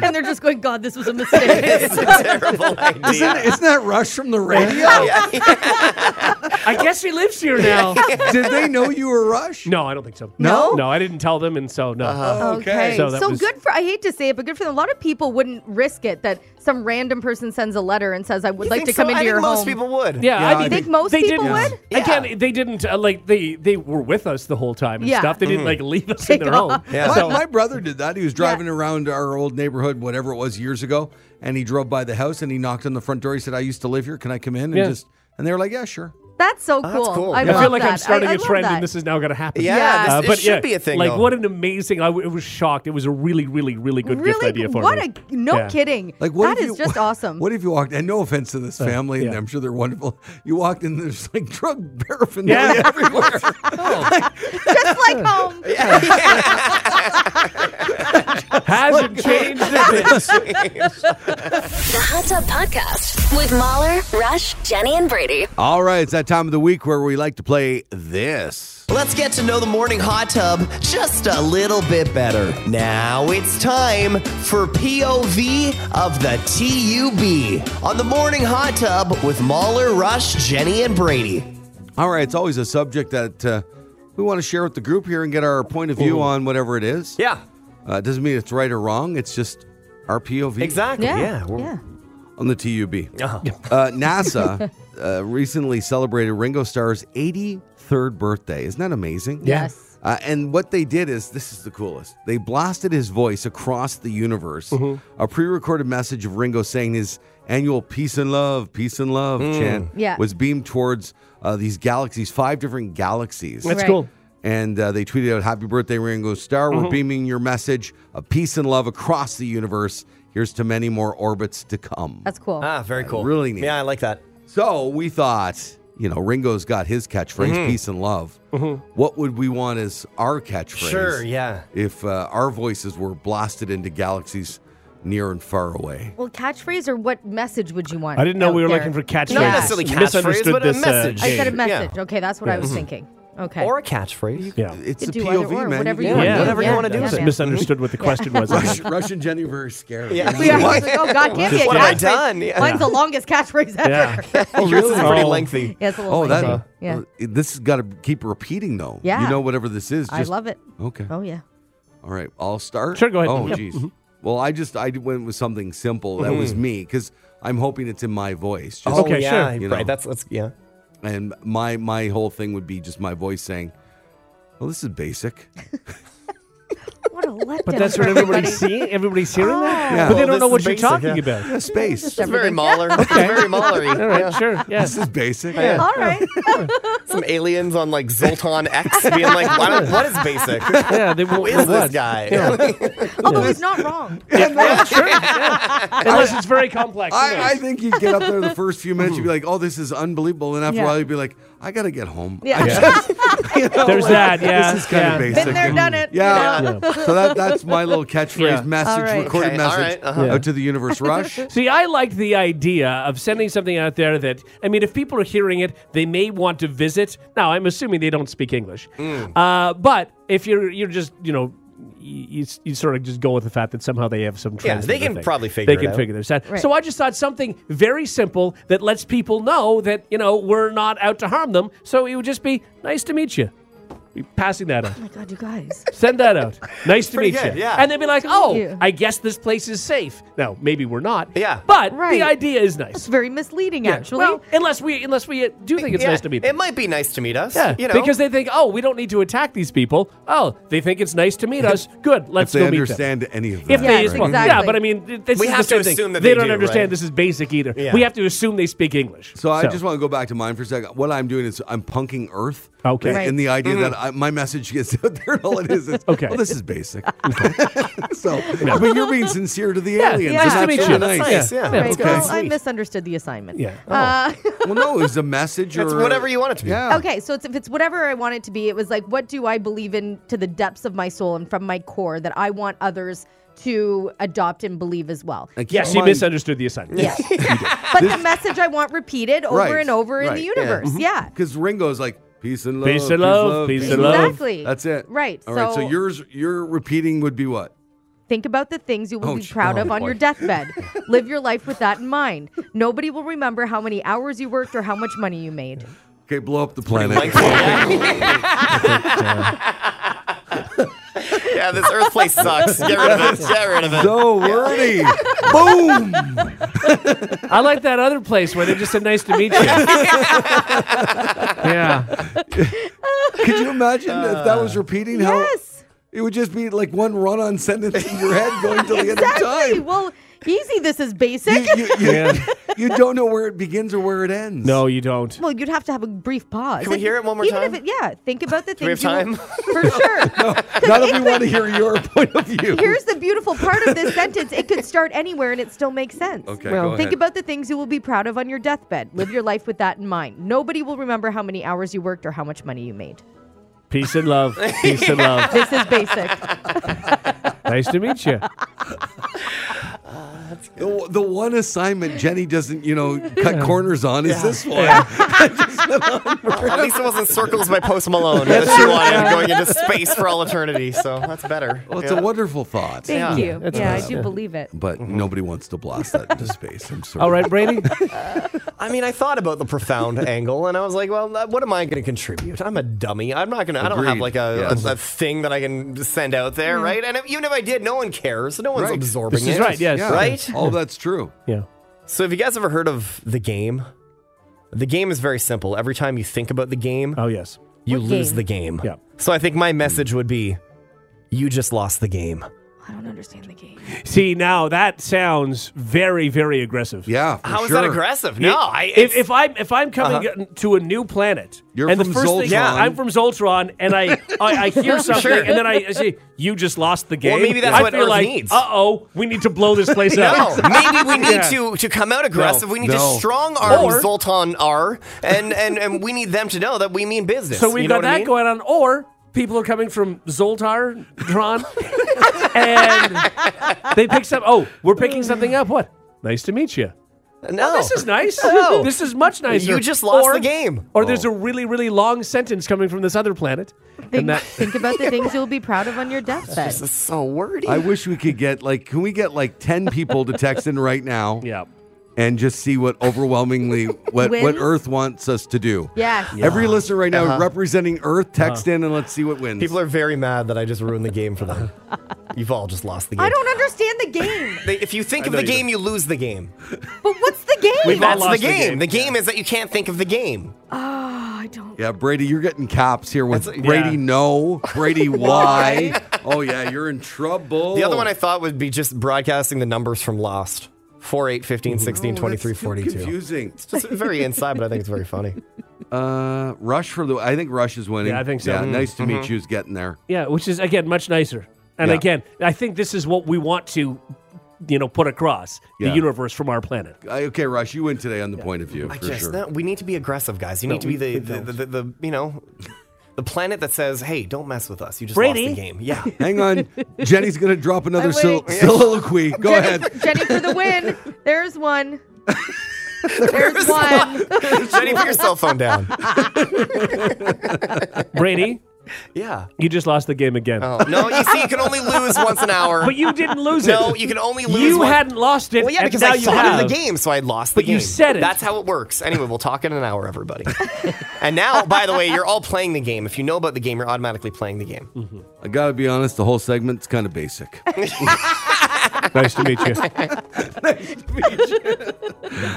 Speaker 4: *laughs* and they're just going, God, this was a *laughs* mistake.
Speaker 5: it's a *laughs* terrible idea.
Speaker 2: Isn't, isn't that Rush from the radio?
Speaker 3: I guess he lives here now.
Speaker 2: Did they know you were Rush?
Speaker 3: No, I don't think so.
Speaker 2: No?
Speaker 3: No, I didn't tell them, and so no.
Speaker 5: Uh-huh.
Speaker 2: Okay.
Speaker 3: So
Speaker 4: So,
Speaker 3: that was-
Speaker 4: good for, I hate to say it, but good for them. A lot of people wouldn't risk it that some random person sends a letter and says, I would like to
Speaker 5: Think
Speaker 4: come
Speaker 5: so?
Speaker 4: into
Speaker 5: I
Speaker 4: your
Speaker 5: think most
Speaker 4: home.
Speaker 5: people would. *laughs*
Speaker 3: Yeah,
Speaker 2: Yeah,
Speaker 3: I
Speaker 2: I
Speaker 3: mean,
Speaker 2: think
Speaker 3: they-
Speaker 4: most
Speaker 3: they
Speaker 4: people
Speaker 3: didn't,
Speaker 4: would?
Speaker 5: Yeah.
Speaker 3: Again, they didn't uh, like they they were with us the whole time and
Speaker 4: Yeah.
Speaker 3: stuff. They didn't like leave us in their home.
Speaker 5: Mm-hmm. Yeah.
Speaker 2: My,
Speaker 3: So,
Speaker 2: my brother did that. He was driving around our old neighborhood, whatever it was, years ago, and he drove by the house and he knocked on the front door. He said, "I used to live here. Can I come in?" And
Speaker 3: Yeah.
Speaker 2: just and they were like, "Yeah, sure."
Speaker 4: That's so cool.
Speaker 5: cool.
Speaker 4: I,
Speaker 5: I
Speaker 3: I
Speaker 4: love
Speaker 3: feel like
Speaker 4: that.
Speaker 3: I'm starting
Speaker 4: a
Speaker 3: a trend, and this is now going to happen.
Speaker 5: Yeah,
Speaker 4: Yeah.
Speaker 5: this-
Speaker 3: Uh,
Speaker 5: it should be a thing.
Speaker 3: Like,
Speaker 5: though.
Speaker 3: what an amazing! I w- it was shocked. It was a really, really, really good
Speaker 4: really,
Speaker 3: gift idea for
Speaker 4: what
Speaker 3: me.
Speaker 4: a, no
Speaker 3: Yeah.
Speaker 4: kidding.
Speaker 2: Like what?
Speaker 4: That
Speaker 2: if
Speaker 4: is
Speaker 2: you,
Speaker 4: just
Speaker 2: *laughs*
Speaker 4: awesome.
Speaker 2: What if you walked? And no offense to this family, and
Speaker 3: yeah.
Speaker 2: I'm sure they're wonderful. You walked in, there's like drug paraphernalia *laughs*
Speaker 3: Yeah.
Speaker 2: everywhere.
Speaker 4: just like home. *laughs*
Speaker 3: Hasn't changed a bit.
Speaker 1: The Hot Tub Podcast with Mahler, Rush, Jenny, and Brady.
Speaker 2: All right, it's that time of the week where we like to play this.
Speaker 5: *laughs* Let's get to know the morning hot tub just a little bit better. Now it's time for POV of the TUB on the morning hot tub with Mahler, Rush, Jenny, and Brady.
Speaker 2: All right, it's always a subject that uh, we want to share with the group here and get our point of view on whatever it is.
Speaker 5: Yeah,
Speaker 2: Uh, it doesn't mean it's right or wrong. It's just our POV.
Speaker 5: exactly.
Speaker 4: Yeah.
Speaker 5: Yeah. we're-
Speaker 4: yeah.
Speaker 2: on the TUB.
Speaker 5: Uh-huh.
Speaker 2: Uh, NASA uh, recently celebrated Ringo Starr's 83rd birthday. Isn't that amazing?
Speaker 4: Yes.
Speaker 2: Uh, and what they did is this is the coolest. They blasted his voice across the universe. A pre recorded message of Ringo saying his annual peace and love, peace and love chant
Speaker 4: Yeah.
Speaker 2: was beamed towards uh, these galaxies, five different galaxies.
Speaker 3: That's
Speaker 4: Right.
Speaker 3: cool.
Speaker 2: And uh, they tweeted out, Happy birthday, Ringo Starr. We're beaming your message of peace and love across the universe. Here's to many more orbits to come.
Speaker 4: That's cool.
Speaker 5: Ah, very cool.
Speaker 2: Really neat.
Speaker 5: Yeah, I like that.
Speaker 2: So we thought, you know, Ringo's got his catchphrase, peace and love. What would we want as our catchphrase?
Speaker 5: Sure. Yeah.
Speaker 2: If uh, our voices were blasted into galaxies near and far away.
Speaker 4: well, catchphrase or what message would you want?
Speaker 3: I didn't know
Speaker 4: out
Speaker 3: we were
Speaker 4: there?
Speaker 3: looking for catchphrases.
Speaker 5: Not necessarily catchphrase,
Speaker 3: Misunderstood
Speaker 5: but a
Speaker 3: this, uh,
Speaker 5: message.
Speaker 4: I said a
Speaker 3: game.
Speaker 4: message. Okay, that's what I was thinking. Okay.
Speaker 5: Or a catchphrase.
Speaker 3: Yeah.
Speaker 2: It's
Speaker 4: Could
Speaker 2: a
Speaker 4: do
Speaker 2: POV,
Speaker 4: either or,
Speaker 2: man.
Speaker 4: whatever
Speaker 2: can
Speaker 4: you
Speaker 2: do it. *laughs*
Speaker 5: Yeah, yeah, whatever you
Speaker 4: yeah,
Speaker 5: want to do
Speaker 4: yeah,
Speaker 5: with
Speaker 3: Just
Speaker 5: it.
Speaker 4: man.
Speaker 3: misundered what the question was.
Speaker 2: Rush, Rush and Jenny were scared.
Speaker 5: Yeah.
Speaker 4: We are *laughs*
Speaker 5: What?
Speaker 4: like, oh God, can't be a
Speaker 5: What have I
Speaker 4: catchphrase.
Speaker 5: done? Yeah.
Speaker 4: Mine's the longest catchphrase ever. *laughs*
Speaker 3: Yeah.
Speaker 2: Oh,
Speaker 5: Yours
Speaker 2: really?
Speaker 5: is pretty
Speaker 3: Oh.
Speaker 5: lengthy.
Speaker 4: Yeah, it's a little
Speaker 2: Oh, that.
Speaker 4: lengthy. yeah.
Speaker 2: well, This has got to keep repeating, though.
Speaker 4: Yeah.
Speaker 2: You know, whatever this is.
Speaker 4: I
Speaker 2: just-
Speaker 4: love it.
Speaker 2: Okay.
Speaker 4: Oh yeah.
Speaker 2: All right, I'll start.
Speaker 3: Sure, go ahead. Mm-hmm.
Speaker 2: Oh,
Speaker 3: Yeah.
Speaker 2: jeez. Well, I just I went with something simple. That was
Speaker 3: Mm-hmm.
Speaker 2: me because I'm hoping it's in my voice. Just,
Speaker 3: Okay,
Speaker 5: Oh, yeah,
Speaker 2: sure. You know.
Speaker 5: Right. That's that's yeah.
Speaker 2: And my my whole thing would be just my voice saying, "Well, this is basic."
Speaker 4: *laughs* What a letdown.
Speaker 3: But that's what everybody's seeing. Everybody's hearing that.
Speaker 2: Yeah.
Speaker 3: But
Speaker 5: Well,
Speaker 3: they don't
Speaker 5: this
Speaker 3: know
Speaker 5: is
Speaker 3: what you're
Speaker 5: basic,
Speaker 3: talking
Speaker 5: yeah.
Speaker 3: about.
Speaker 2: Yeah, space.
Speaker 4: *laughs*
Speaker 5: It's very Mahler. It's very Mahlery. Yeah.
Speaker 3: Sure. Oh, Yeah.
Speaker 2: This is
Speaker 4: *laughs*
Speaker 2: basic.
Speaker 4: All right.
Speaker 5: Some aliens on like Zoltan X being like, what, what is basic?
Speaker 3: Yeah. They
Speaker 5: Who
Speaker 3: won't.
Speaker 5: is this guy?
Speaker 4: Although he's not wrong.
Speaker 3: Unless it's very complex. isn't it?
Speaker 2: I, I think you'd get up there
Speaker 3: *laughs*
Speaker 2: the first few minutes, you'd be like, "Oh, this is unbelievable," and after a
Speaker 4: Yeah.
Speaker 2: while, you'd be like, "I gotta get home." *laughs*
Speaker 4: Yeah.
Speaker 2: I
Speaker 3: *laughs*
Speaker 2: just- you know,
Speaker 3: There's
Speaker 2: like,
Speaker 3: that, yeah,
Speaker 2: This is kind
Speaker 3: yeah.
Speaker 2: of
Speaker 3: Been
Speaker 2: basic.
Speaker 4: Been there, done it.
Speaker 2: Yeah.
Speaker 4: You know?
Speaker 2: So that, that's my little catchphrase
Speaker 3: *laughs* Yeah.
Speaker 2: message,
Speaker 4: All right.
Speaker 2: recorded
Speaker 5: Okay, all
Speaker 2: message
Speaker 5: right, uh-huh.
Speaker 3: Yeah.
Speaker 2: out to the
Speaker 3: *laughs*
Speaker 2: universe. Rush.
Speaker 3: See, I liked the idea of sending something out there that, I mean, if people are hearing it, they may want to visit. Now, I'm assuming they don't speak English.
Speaker 5: Mm.
Speaker 3: Uh, but if you're you're just, you know, you, you, s- you sort of just go with the fact that somehow they have some
Speaker 5: Yeah, they
Speaker 3: translator
Speaker 5: can
Speaker 3: thing.
Speaker 5: probably figure
Speaker 3: They
Speaker 5: it
Speaker 3: can
Speaker 5: out.
Speaker 3: figure this out.
Speaker 4: Right.
Speaker 3: So I just thought something very simple that lets people know that, you know, we're not out to harm them. So it would just be nice to meet you. passing that out.
Speaker 4: Oh my God, you guys.
Speaker 3: Send that
Speaker 5: *laughs*
Speaker 3: out. Nice to meet
Speaker 5: good,
Speaker 3: you.
Speaker 5: yeah.
Speaker 3: And they'd be like, oh,
Speaker 4: you.
Speaker 3: I guess this place is safe. Now, maybe we're not.
Speaker 5: Yeah.
Speaker 3: But
Speaker 4: Right.
Speaker 3: the idea is nice.
Speaker 4: It's very misleading,
Speaker 3: Yeah.
Speaker 4: actually.
Speaker 3: Well, unless we unless we uh, do think it's
Speaker 5: Yeah,
Speaker 3: nice to meet
Speaker 5: It
Speaker 3: them.
Speaker 5: might be nice to meet us.
Speaker 3: Yeah,
Speaker 5: you know,
Speaker 3: because they think, oh, we don't need to attack these people. Oh, they think it's nice to
Speaker 5: *laughs*
Speaker 3: meet us. Good,
Speaker 2: if
Speaker 3: let's
Speaker 2: they
Speaker 3: go meet them.
Speaker 2: understand any of that.
Speaker 3: If they,
Speaker 4: Yes,
Speaker 3: well, yeah,
Speaker 4: exactly.
Speaker 3: but I mean, th- this
Speaker 5: We
Speaker 3: is
Speaker 5: have
Speaker 3: the same
Speaker 5: to
Speaker 3: thing.
Speaker 5: assume that
Speaker 3: they,
Speaker 5: they
Speaker 3: don't
Speaker 5: do,
Speaker 3: understand
Speaker 5: right?
Speaker 3: this is basic either.
Speaker 5: Yeah.
Speaker 3: We have to assume they speak English.
Speaker 2: So I just want to go back to mine for a second. What I'm doing is I'm punking Earth.
Speaker 3: Okay.
Speaker 2: And,
Speaker 3: Right.
Speaker 2: and the idea that I, my message gets *laughs* out there and all it is is,
Speaker 3: Okay.
Speaker 2: well, this is basic. *laughs* so, but you're being sincere to the aliens.
Speaker 3: Yeah.
Speaker 2: and
Speaker 3: Nice to
Speaker 2: that's
Speaker 3: meet
Speaker 2: really
Speaker 3: you.
Speaker 5: That's
Speaker 2: nice.
Speaker 5: nice, yeah.
Speaker 3: Yeah.
Speaker 4: Right,
Speaker 3: Okay.
Speaker 4: well, I
Speaker 3: Sweet.
Speaker 4: misunderstood the assignment.
Speaker 3: Yeah.
Speaker 5: Oh.
Speaker 4: Uh,
Speaker 2: Well, no, it's a message
Speaker 5: It's
Speaker 2: or
Speaker 5: whatever you want it to be. *laughs*
Speaker 2: Yeah.
Speaker 4: okay, so it's, if it's whatever I want it to be, it was like, what do I believe in to the depths of my soul and from my core that I want others to adopt and believe as well?
Speaker 2: And keep
Speaker 3: yes,
Speaker 2: in
Speaker 3: you
Speaker 2: mind,
Speaker 3: misunderstood the assignment.
Speaker 4: Yeah. but the message I want repeated over
Speaker 2: Right,
Speaker 4: and over in
Speaker 2: right,
Speaker 4: the
Speaker 2: yeah.
Speaker 4: universe.
Speaker 5: Mm-hmm.
Speaker 4: Yeah.
Speaker 2: Because Ringo's like peace and love,
Speaker 3: Peace and love, peace and love.
Speaker 4: Exactly.
Speaker 2: That's it.
Speaker 4: Right,
Speaker 2: All right. So,
Speaker 4: so-
Speaker 2: yours, your repeating would be what?
Speaker 4: Think about the things you will
Speaker 2: Oh,
Speaker 4: be
Speaker 2: sh-
Speaker 4: proud
Speaker 2: oh,
Speaker 4: of on
Speaker 2: boy.
Speaker 4: your
Speaker 5: *laughs*
Speaker 4: deathbed. Live your life with that in mind. Nobody will remember how many hours you worked or how much money you made.
Speaker 2: Okay, blow up the planet. *laughs*
Speaker 5: yeah, this Earth place sucks. Get rid of it. Get rid of it.
Speaker 2: so
Speaker 4: *laughs*
Speaker 2: wordy. Boom.
Speaker 3: I like that other place where they just said nice to meet
Speaker 5: *laughs*
Speaker 3: you. yeah.
Speaker 2: Could you imagine if that
Speaker 3: Uh,
Speaker 2: was repeating?
Speaker 4: Yes.
Speaker 2: How it would just be like one run-on sentence in your head going till the end of
Speaker 4: Exactly.
Speaker 2: time.
Speaker 4: Well, easy. This is basic.
Speaker 2: You, you- you- *laughs*
Speaker 3: Yeah.
Speaker 2: you don't know where it begins or where it ends.
Speaker 3: No, you don't.
Speaker 4: *laughs* well, you'd have to have a brief pause.
Speaker 5: Can we hear it one more
Speaker 4: Even
Speaker 5: time?
Speaker 4: If it, yeah. Think about the
Speaker 5: we
Speaker 4: things.
Speaker 5: have
Speaker 4: you
Speaker 5: *laughs*
Speaker 4: will- for sure.
Speaker 2: not if we want to hear your point of view.
Speaker 4: Here's the beautiful part of this sentence. It could start anywhere and it still makes sense.
Speaker 2: Okay, Well- go
Speaker 4: think
Speaker 2: ahead.
Speaker 4: about the things you will be proud of on your deathbed. Live your life with that in mind. Nobody will remember how many hours you worked or how much money you made.
Speaker 3: Peace and love. Peace and love.
Speaker 5: *laughs*
Speaker 4: This is basic.
Speaker 3: Nice to meet you.
Speaker 2: the, the one assignment Jenny doesn't, you know, cut corners on is this one.
Speaker 5: At least it wasn't circles by Post Malone that she wanted going into space for all eternity. So that's better.
Speaker 2: Well, it's
Speaker 5: Yeah.
Speaker 2: a wonderful thought.
Speaker 5: Yeah.
Speaker 4: Thank you.
Speaker 3: that's
Speaker 4: yeah, I
Speaker 3: awesome.
Speaker 4: do believe it.
Speaker 2: But nobody wants to blast that
Speaker 3: *laughs*
Speaker 2: into space. I'm sorry.
Speaker 3: Mm-hmm. All right,
Speaker 5: *laughs*
Speaker 3: Brady.
Speaker 5: I mean, I thought about
Speaker 2: *laughs*
Speaker 5: the profound angle, and I was like, well, uh, what am I going to contribute? I'm a dummy. I'm not going to. I don't have
Speaker 2: Agreed.
Speaker 5: like a,
Speaker 2: Yes.
Speaker 5: a, a thing that I can send out there, right? And if, even if I did, no one cares. No one's
Speaker 2: Right.
Speaker 5: absorbing
Speaker 3: This is
Speaker 5: it.
Speaker 3: Mm. right, yes.
Speaker 2: Yeah,
Speaker 5: Right?
Speaker 2: All that's true.
Speaker 3: Yeah.
Speaker 5: So, have you guys ever heard of the game? The game is very simple. Every time you think about the game,
Speaker 3: Oh yes.
Speaker 5: you
Speaker 4: What
Speaker 5: lose
Speaker 4: game?
Speaker 5: the game.
Speaker 3: Yeah.
Speaker 5: So, I think my message would be, you just lost the game.
Speaker 2: Mm.
Speaker 4: I don't understand the game.
Speaker 3: See, now that sounds very, very aggressive.
Speaker 2: Yeah. for
Speaker 5: How is
Speaker 2: sure.
Speaker 5: that aggressive? No, I,
Speaker 3: if, if I'm if I'm coming to a new planet,
Speaker 2: Uh-huh. You're
Speaker 3: and
Speaker 2: from
Speaker 3: the first thing,
Speaker 2: Zoltron.
Speaker 3: I'm from Zoltron, and I I, I hear something,
Speaker 5: *laughs* Sure.
Speaker 3: and then I, I say, "You just lost the game."
Speaker 5: maybe that's
Speaker 3: I
Speaker 5: what
Speaker 3: feel
Speaker 5: Earth
Speaker 3: like,
Speaker 5: needs.
Speaker 3: Uh oh, we need to blow this place
Speaker 5: *laughs* No,
Speaker 3: up.
Speaker 5: maybe we need
Speaker 3: Yeah.
Speaker 5: to to come out aggressive. we need
Speaker 2: no.
Speaker 5: to strong arm
Speaker 3: Or-
Speaker 5: Zoltan R, and, and and we need them to know that we mean business.
Speaker 3: So we've
Speaker 5: you know
Speaker 3: got
Speaker 5: what
Speaker 3: that
Speaker 5: I mean?
Speaker 3: going on, or people are coming from Zoltar
Speaker 5: *laughs*
Speaker 3: Tron, and they pick some. Oh, we're picking something up. What? Nice to meet you.
Speaker 5: No,
Speaker 3: Oh, This is nice.
Speaker 5: No.
Speaker 3: This is much nicer.
Speaker 5: Oh. You just lost the game. Oh.
Speaker 3: Or there's a really, really long sentence coming from this other planet.
Speaker 4: Think,
Speaker 3: And that,
Speaker 4: think about the things you'll be proud of on your deathbed.
Speaker 5: This is so wordy.
Speaker 2: I wish we could get like, can we get like ten people to text in right now?
Speaker 3: *laughs* yeah.
Speaker 2: and just see what overwhelmingly what, what
Speaker 4: Wins?
Speaker 2: Earth wants us to do.
Speaker 4: Yes. Uh-huh.
Speaker 2: Every listener right now representing Earth, text
Speaker 3: Uh-huh.
Speaker 2: in and let's see what wins.
Speaker 5: *laughs* People are very mad that I just ruined the game
Speaker 3: *laughs*
Speaker 5: for them. You've all just lost the game.
Speaker 4: I don't understand the game.
Speaker 5: They- If you think of
Speaker 3: know
Speaker 5: the
Speaker 3: you
Speaker 5: game, you lose the game.
Speaker 4: But what's the game?
Speaker 3: We've all
Speaker 5: That's the
Speaker 3: lost the
Speaker 5: game.
Speaker 3: game.
Speaker 5: The game is that you can't think of the game.
Speaker 4: Ah, I don't.
Speaker 2: yeah, Brady, you're getting caps here with
Speaker 5: That's-
Speaker 2: Brady
Speaker 3: yeah.
Speaker 2: no,
Speaker 5: *laughs*
Speaker 2: Brady why. oh yeah, you're in trouble.
Speaker 5: The other
Speaker 3: Oh.
Speaker 5: one I thought would be just broadcasting the numbers from Lost 4, 8, 15, 16,
Speaker 2: Oh,
Speaker 5: 23,
Speaker 2: that's too
Speaker 5: 42.
Speaker 2: Confusing.
Speaker 5: It's just very inside, but I think it's
Speaker 3: *laughs*
Speaker 5: very funny.
Speaker 2: Uh, Rush for the I think Rush is winning.
Speaker 3: Yeah, I think so. Mm. Mm-hmm.
Speaker 2: Yeah, nice to meet you is getting there.
Speaker 3: Yeah, which is again much nicer. And
Speaker 2: Yeah.
Speaker 3: again, I think this is what we want to, you know, put across
Speaker 2: Yeah.
Speaker 3: the universe from our planet.
Speaker 2: I- okay, Rush, you win today on the point of view
Speaker 5: I
Speaker 2: for
Speaker 5: just
Speaker 2: sure.
Speaker 5: no, we need to be aggressive, guys. You need to be the the, the, the the you know the planet that says, "Hey, don't mess with us. You just
Speaker 3: Brady?
Speaker 5: lost the game."
Speaker 3: *laughs*
Speaker 5: Yeah.
Speaker 2: Hang on,
Speaker 5: *laughs*
Speaker 2: Jenny's gonna drop another sil-
Speaker 4: waiting.
Speaker 2: soliloquy. Go
Speaker 4: Jenny,
Speaker 2: ahead.
Speaker 4: For, Jenny for the win. There's one. There's one.
Speaker 3: *laughs*
Speaker 5: Jenny, put your cell phone down.
Speaker 3: Brady,
Speaker 5: Yeah.
Speaker 3: You just lost the game again.
Speaker 5: Oh, no, you see, you can only lose once an hour.
Speaker 3: But you didn't lose it.
Speaker 5: No, you can only lose
Speaker 3: You
Speaker 5: one-
Speaker 3: hadn't lost it.
Speaker 5: Well, yeah,
Speaker 3: and
Speaker 5: because
Speaker 3: now
Speaker 5: I
Speaker 3: you
Speaker 5: saw it in
Speaker 3: have.
Speaker 5: the game, so I lost
Speaker 3: But
Speaker 5: the game.
Speaker 3: you said it.
Speaker 5: That's how it works. Anyway, we'll talk in an hour, everybody. *laughs* and now, by the way, you're all playing the game. If you know about the game, you're automatically playing the game.
Speaker 3: Hmm.
Speaker 2: I gotta be honest, the whole segment's kind of
Speaker 5: *laughs*
Speaker 2: basic.
Speaker 3: Nice to meet you.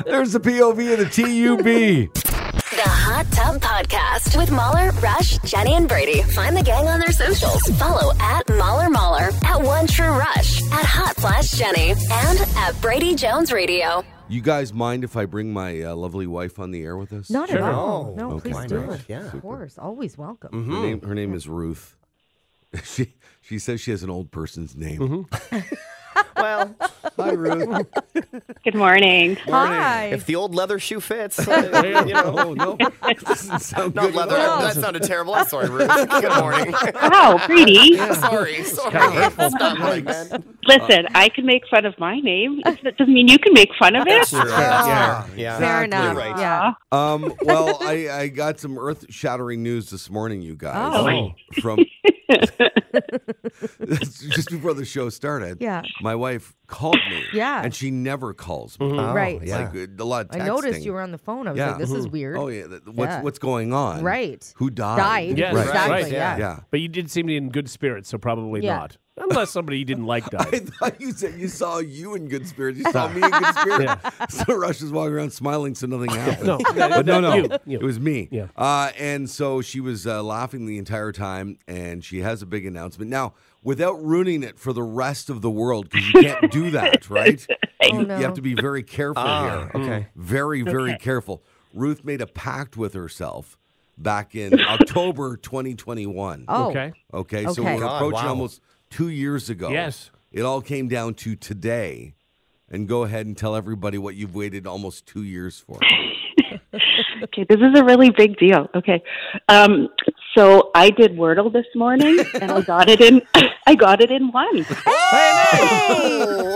Speaker 2: There's the POV and the TUB.
Speaker 1: The Hot Tub Podcast with Mahler, Rush, Jenny, and Brady. Find the gang on their socials. Follow at Mahler Mahler, at One True Rush, at Hot Flash Jenny, and at Brady Jones Radio.
Speaker 2: You guys mind if I bring my uh, lovely wife on the air with us?
Speaker 4: Not at all. No,
Speaker 2: Okay,
Speaker 4: please do
Speaker 2: great.
Speaker 4: it.
Speaker 5: Yeah.
Speaker 4: Of course. Always welcome.
Speaker 2: Her name, her name is Ruth. *laughs* she she says she has an old person's name.
Speaker 3: Mm-hmm.
Speaker 5: Well,
Speaker 2: Hi,
Speaker 3: *laughs*
Speaker 2: Ruth.
Speaker 6: Good morning.
Speaker 4: Hi.
Speaker 5: if the old leather shoe fits,
Speaker 3: *laughs*
Speaker 5: uh, you know.
Speaker 2: Oh no, *laughs* doesn't sound
Speaker 5: Not
Speaker 2: good at
Speaker 5: leather.
Speaker 2: all.
Speaker 5: That sounded terrible. I'm sorry, Ruth. Good morning.
Speaker 6: Wow, Brady.
Speaker 5: *laughs* sorry. Sorry. Stop like that.
Speaker 6: Listen, I can make fun of my name. That doesn't mean you can make fun of it.
Speaker 5: Yeah.
Speaker 4: Fair
Speaker 5: Yeah.
Speaker 4: enough.
Speaker 5: right.
Speaker 4: Yeah. *laughs*
Speaker 2: Um, well, I, I got some earth-shattering news this morning, you guys.
Speaker 3: Oh.
Speaker 2: From
Speaker 4: *laughs*
Speaker 2: *laughs* just before the show started.
Speaker 4: Yeah.
Speaker 2: My wife called me.
Speaker 4: Yeah.
Speaker 2: and she never calls me.
Speaker 5: Oh,
Speaker 4: Right.
Speaker 5: Yeah.
Speaker 2: Like a lot of
Speaker 4: I
Speaker 2: texting.
Speaker 4: noticed you were on the phone. I was
Speaker 2: Yeah.
Speaker 4: like, this is weird.
Speaker 2: Oh yeah, th- what's
Speaker 4: Yeah.
Speaker 2: what's going on?
Speaker 4: Right.
Speaker 2: Who died?
Speaker 4: Died.
Speaker 3: Yes,
Speaker 2: right.
Speaker 4: Exactly.
Speaker 3: right,
Speaker 5: yeah.
Speaker 4: Yeah.
Speaker 2: Yeah.
Speaker 3: But you did seem in good spirits, so probably
Speaker 4: Yeah.
Speaker 3: not. Unless somebody you didn't
Speaker 5: *laughs*
Speaker 3: like
Speaker 2: *laughs* I
Speaker 3: died.
Speaker 2: thought you said you saw you in good spirits. You saw
Speaker 3: *laughs*
Speaker 2: me in good spirits. *laughs* So Rush is walking around smiling, so nothing happened.
Speaker 3: No,
Speaker 2: *laughs*
Speaker 3: no,
Speaker 2: but no, no,
Speaker 3: you, you.
Speaker 2: it was me.
Speaker 3: Yeah.
Speaker 2: Uh, and so she was uh, laughing the entire time, and she has a big announcement now. Without ruining it for the rest of the world, because you can't
Speaker 3: *laughs*
Speaker 2: do that, right?
Speaker 4: Oh,
Speaker 2: you,
Speaker 4: no.
Speaker 2: you have to be very careful
Speaker 5: Ah,
Speaker 2: here.
Speaker 3: Mm.
Speaker 5: okay.
Speaker 2: Very, very careful. Ruth made a pact with herself back in
Speaker 3: *laughs*
Speaker 2: October 2021.
Speaker 4: Oh.
Speaker 3: Okay.
Speaker 2: Okay, so
Speaker 4: Okay.
Speaker 2: we're
Speaker 5: God,
Speaker 2: approaching
Speaker 5: wow.
Speaker 2: almost two years ago.
Speaker 3: Yes.
Speaker 2: It all came down to today. And go ahead and tell everybody what you've waited almost two years for. *laughs*
Speaker 6: Okay, this is a really big deal. Okay. Um, so I did Wordle this morning and *laughs* I got it in I got it in one.
Speaker 4: Hey,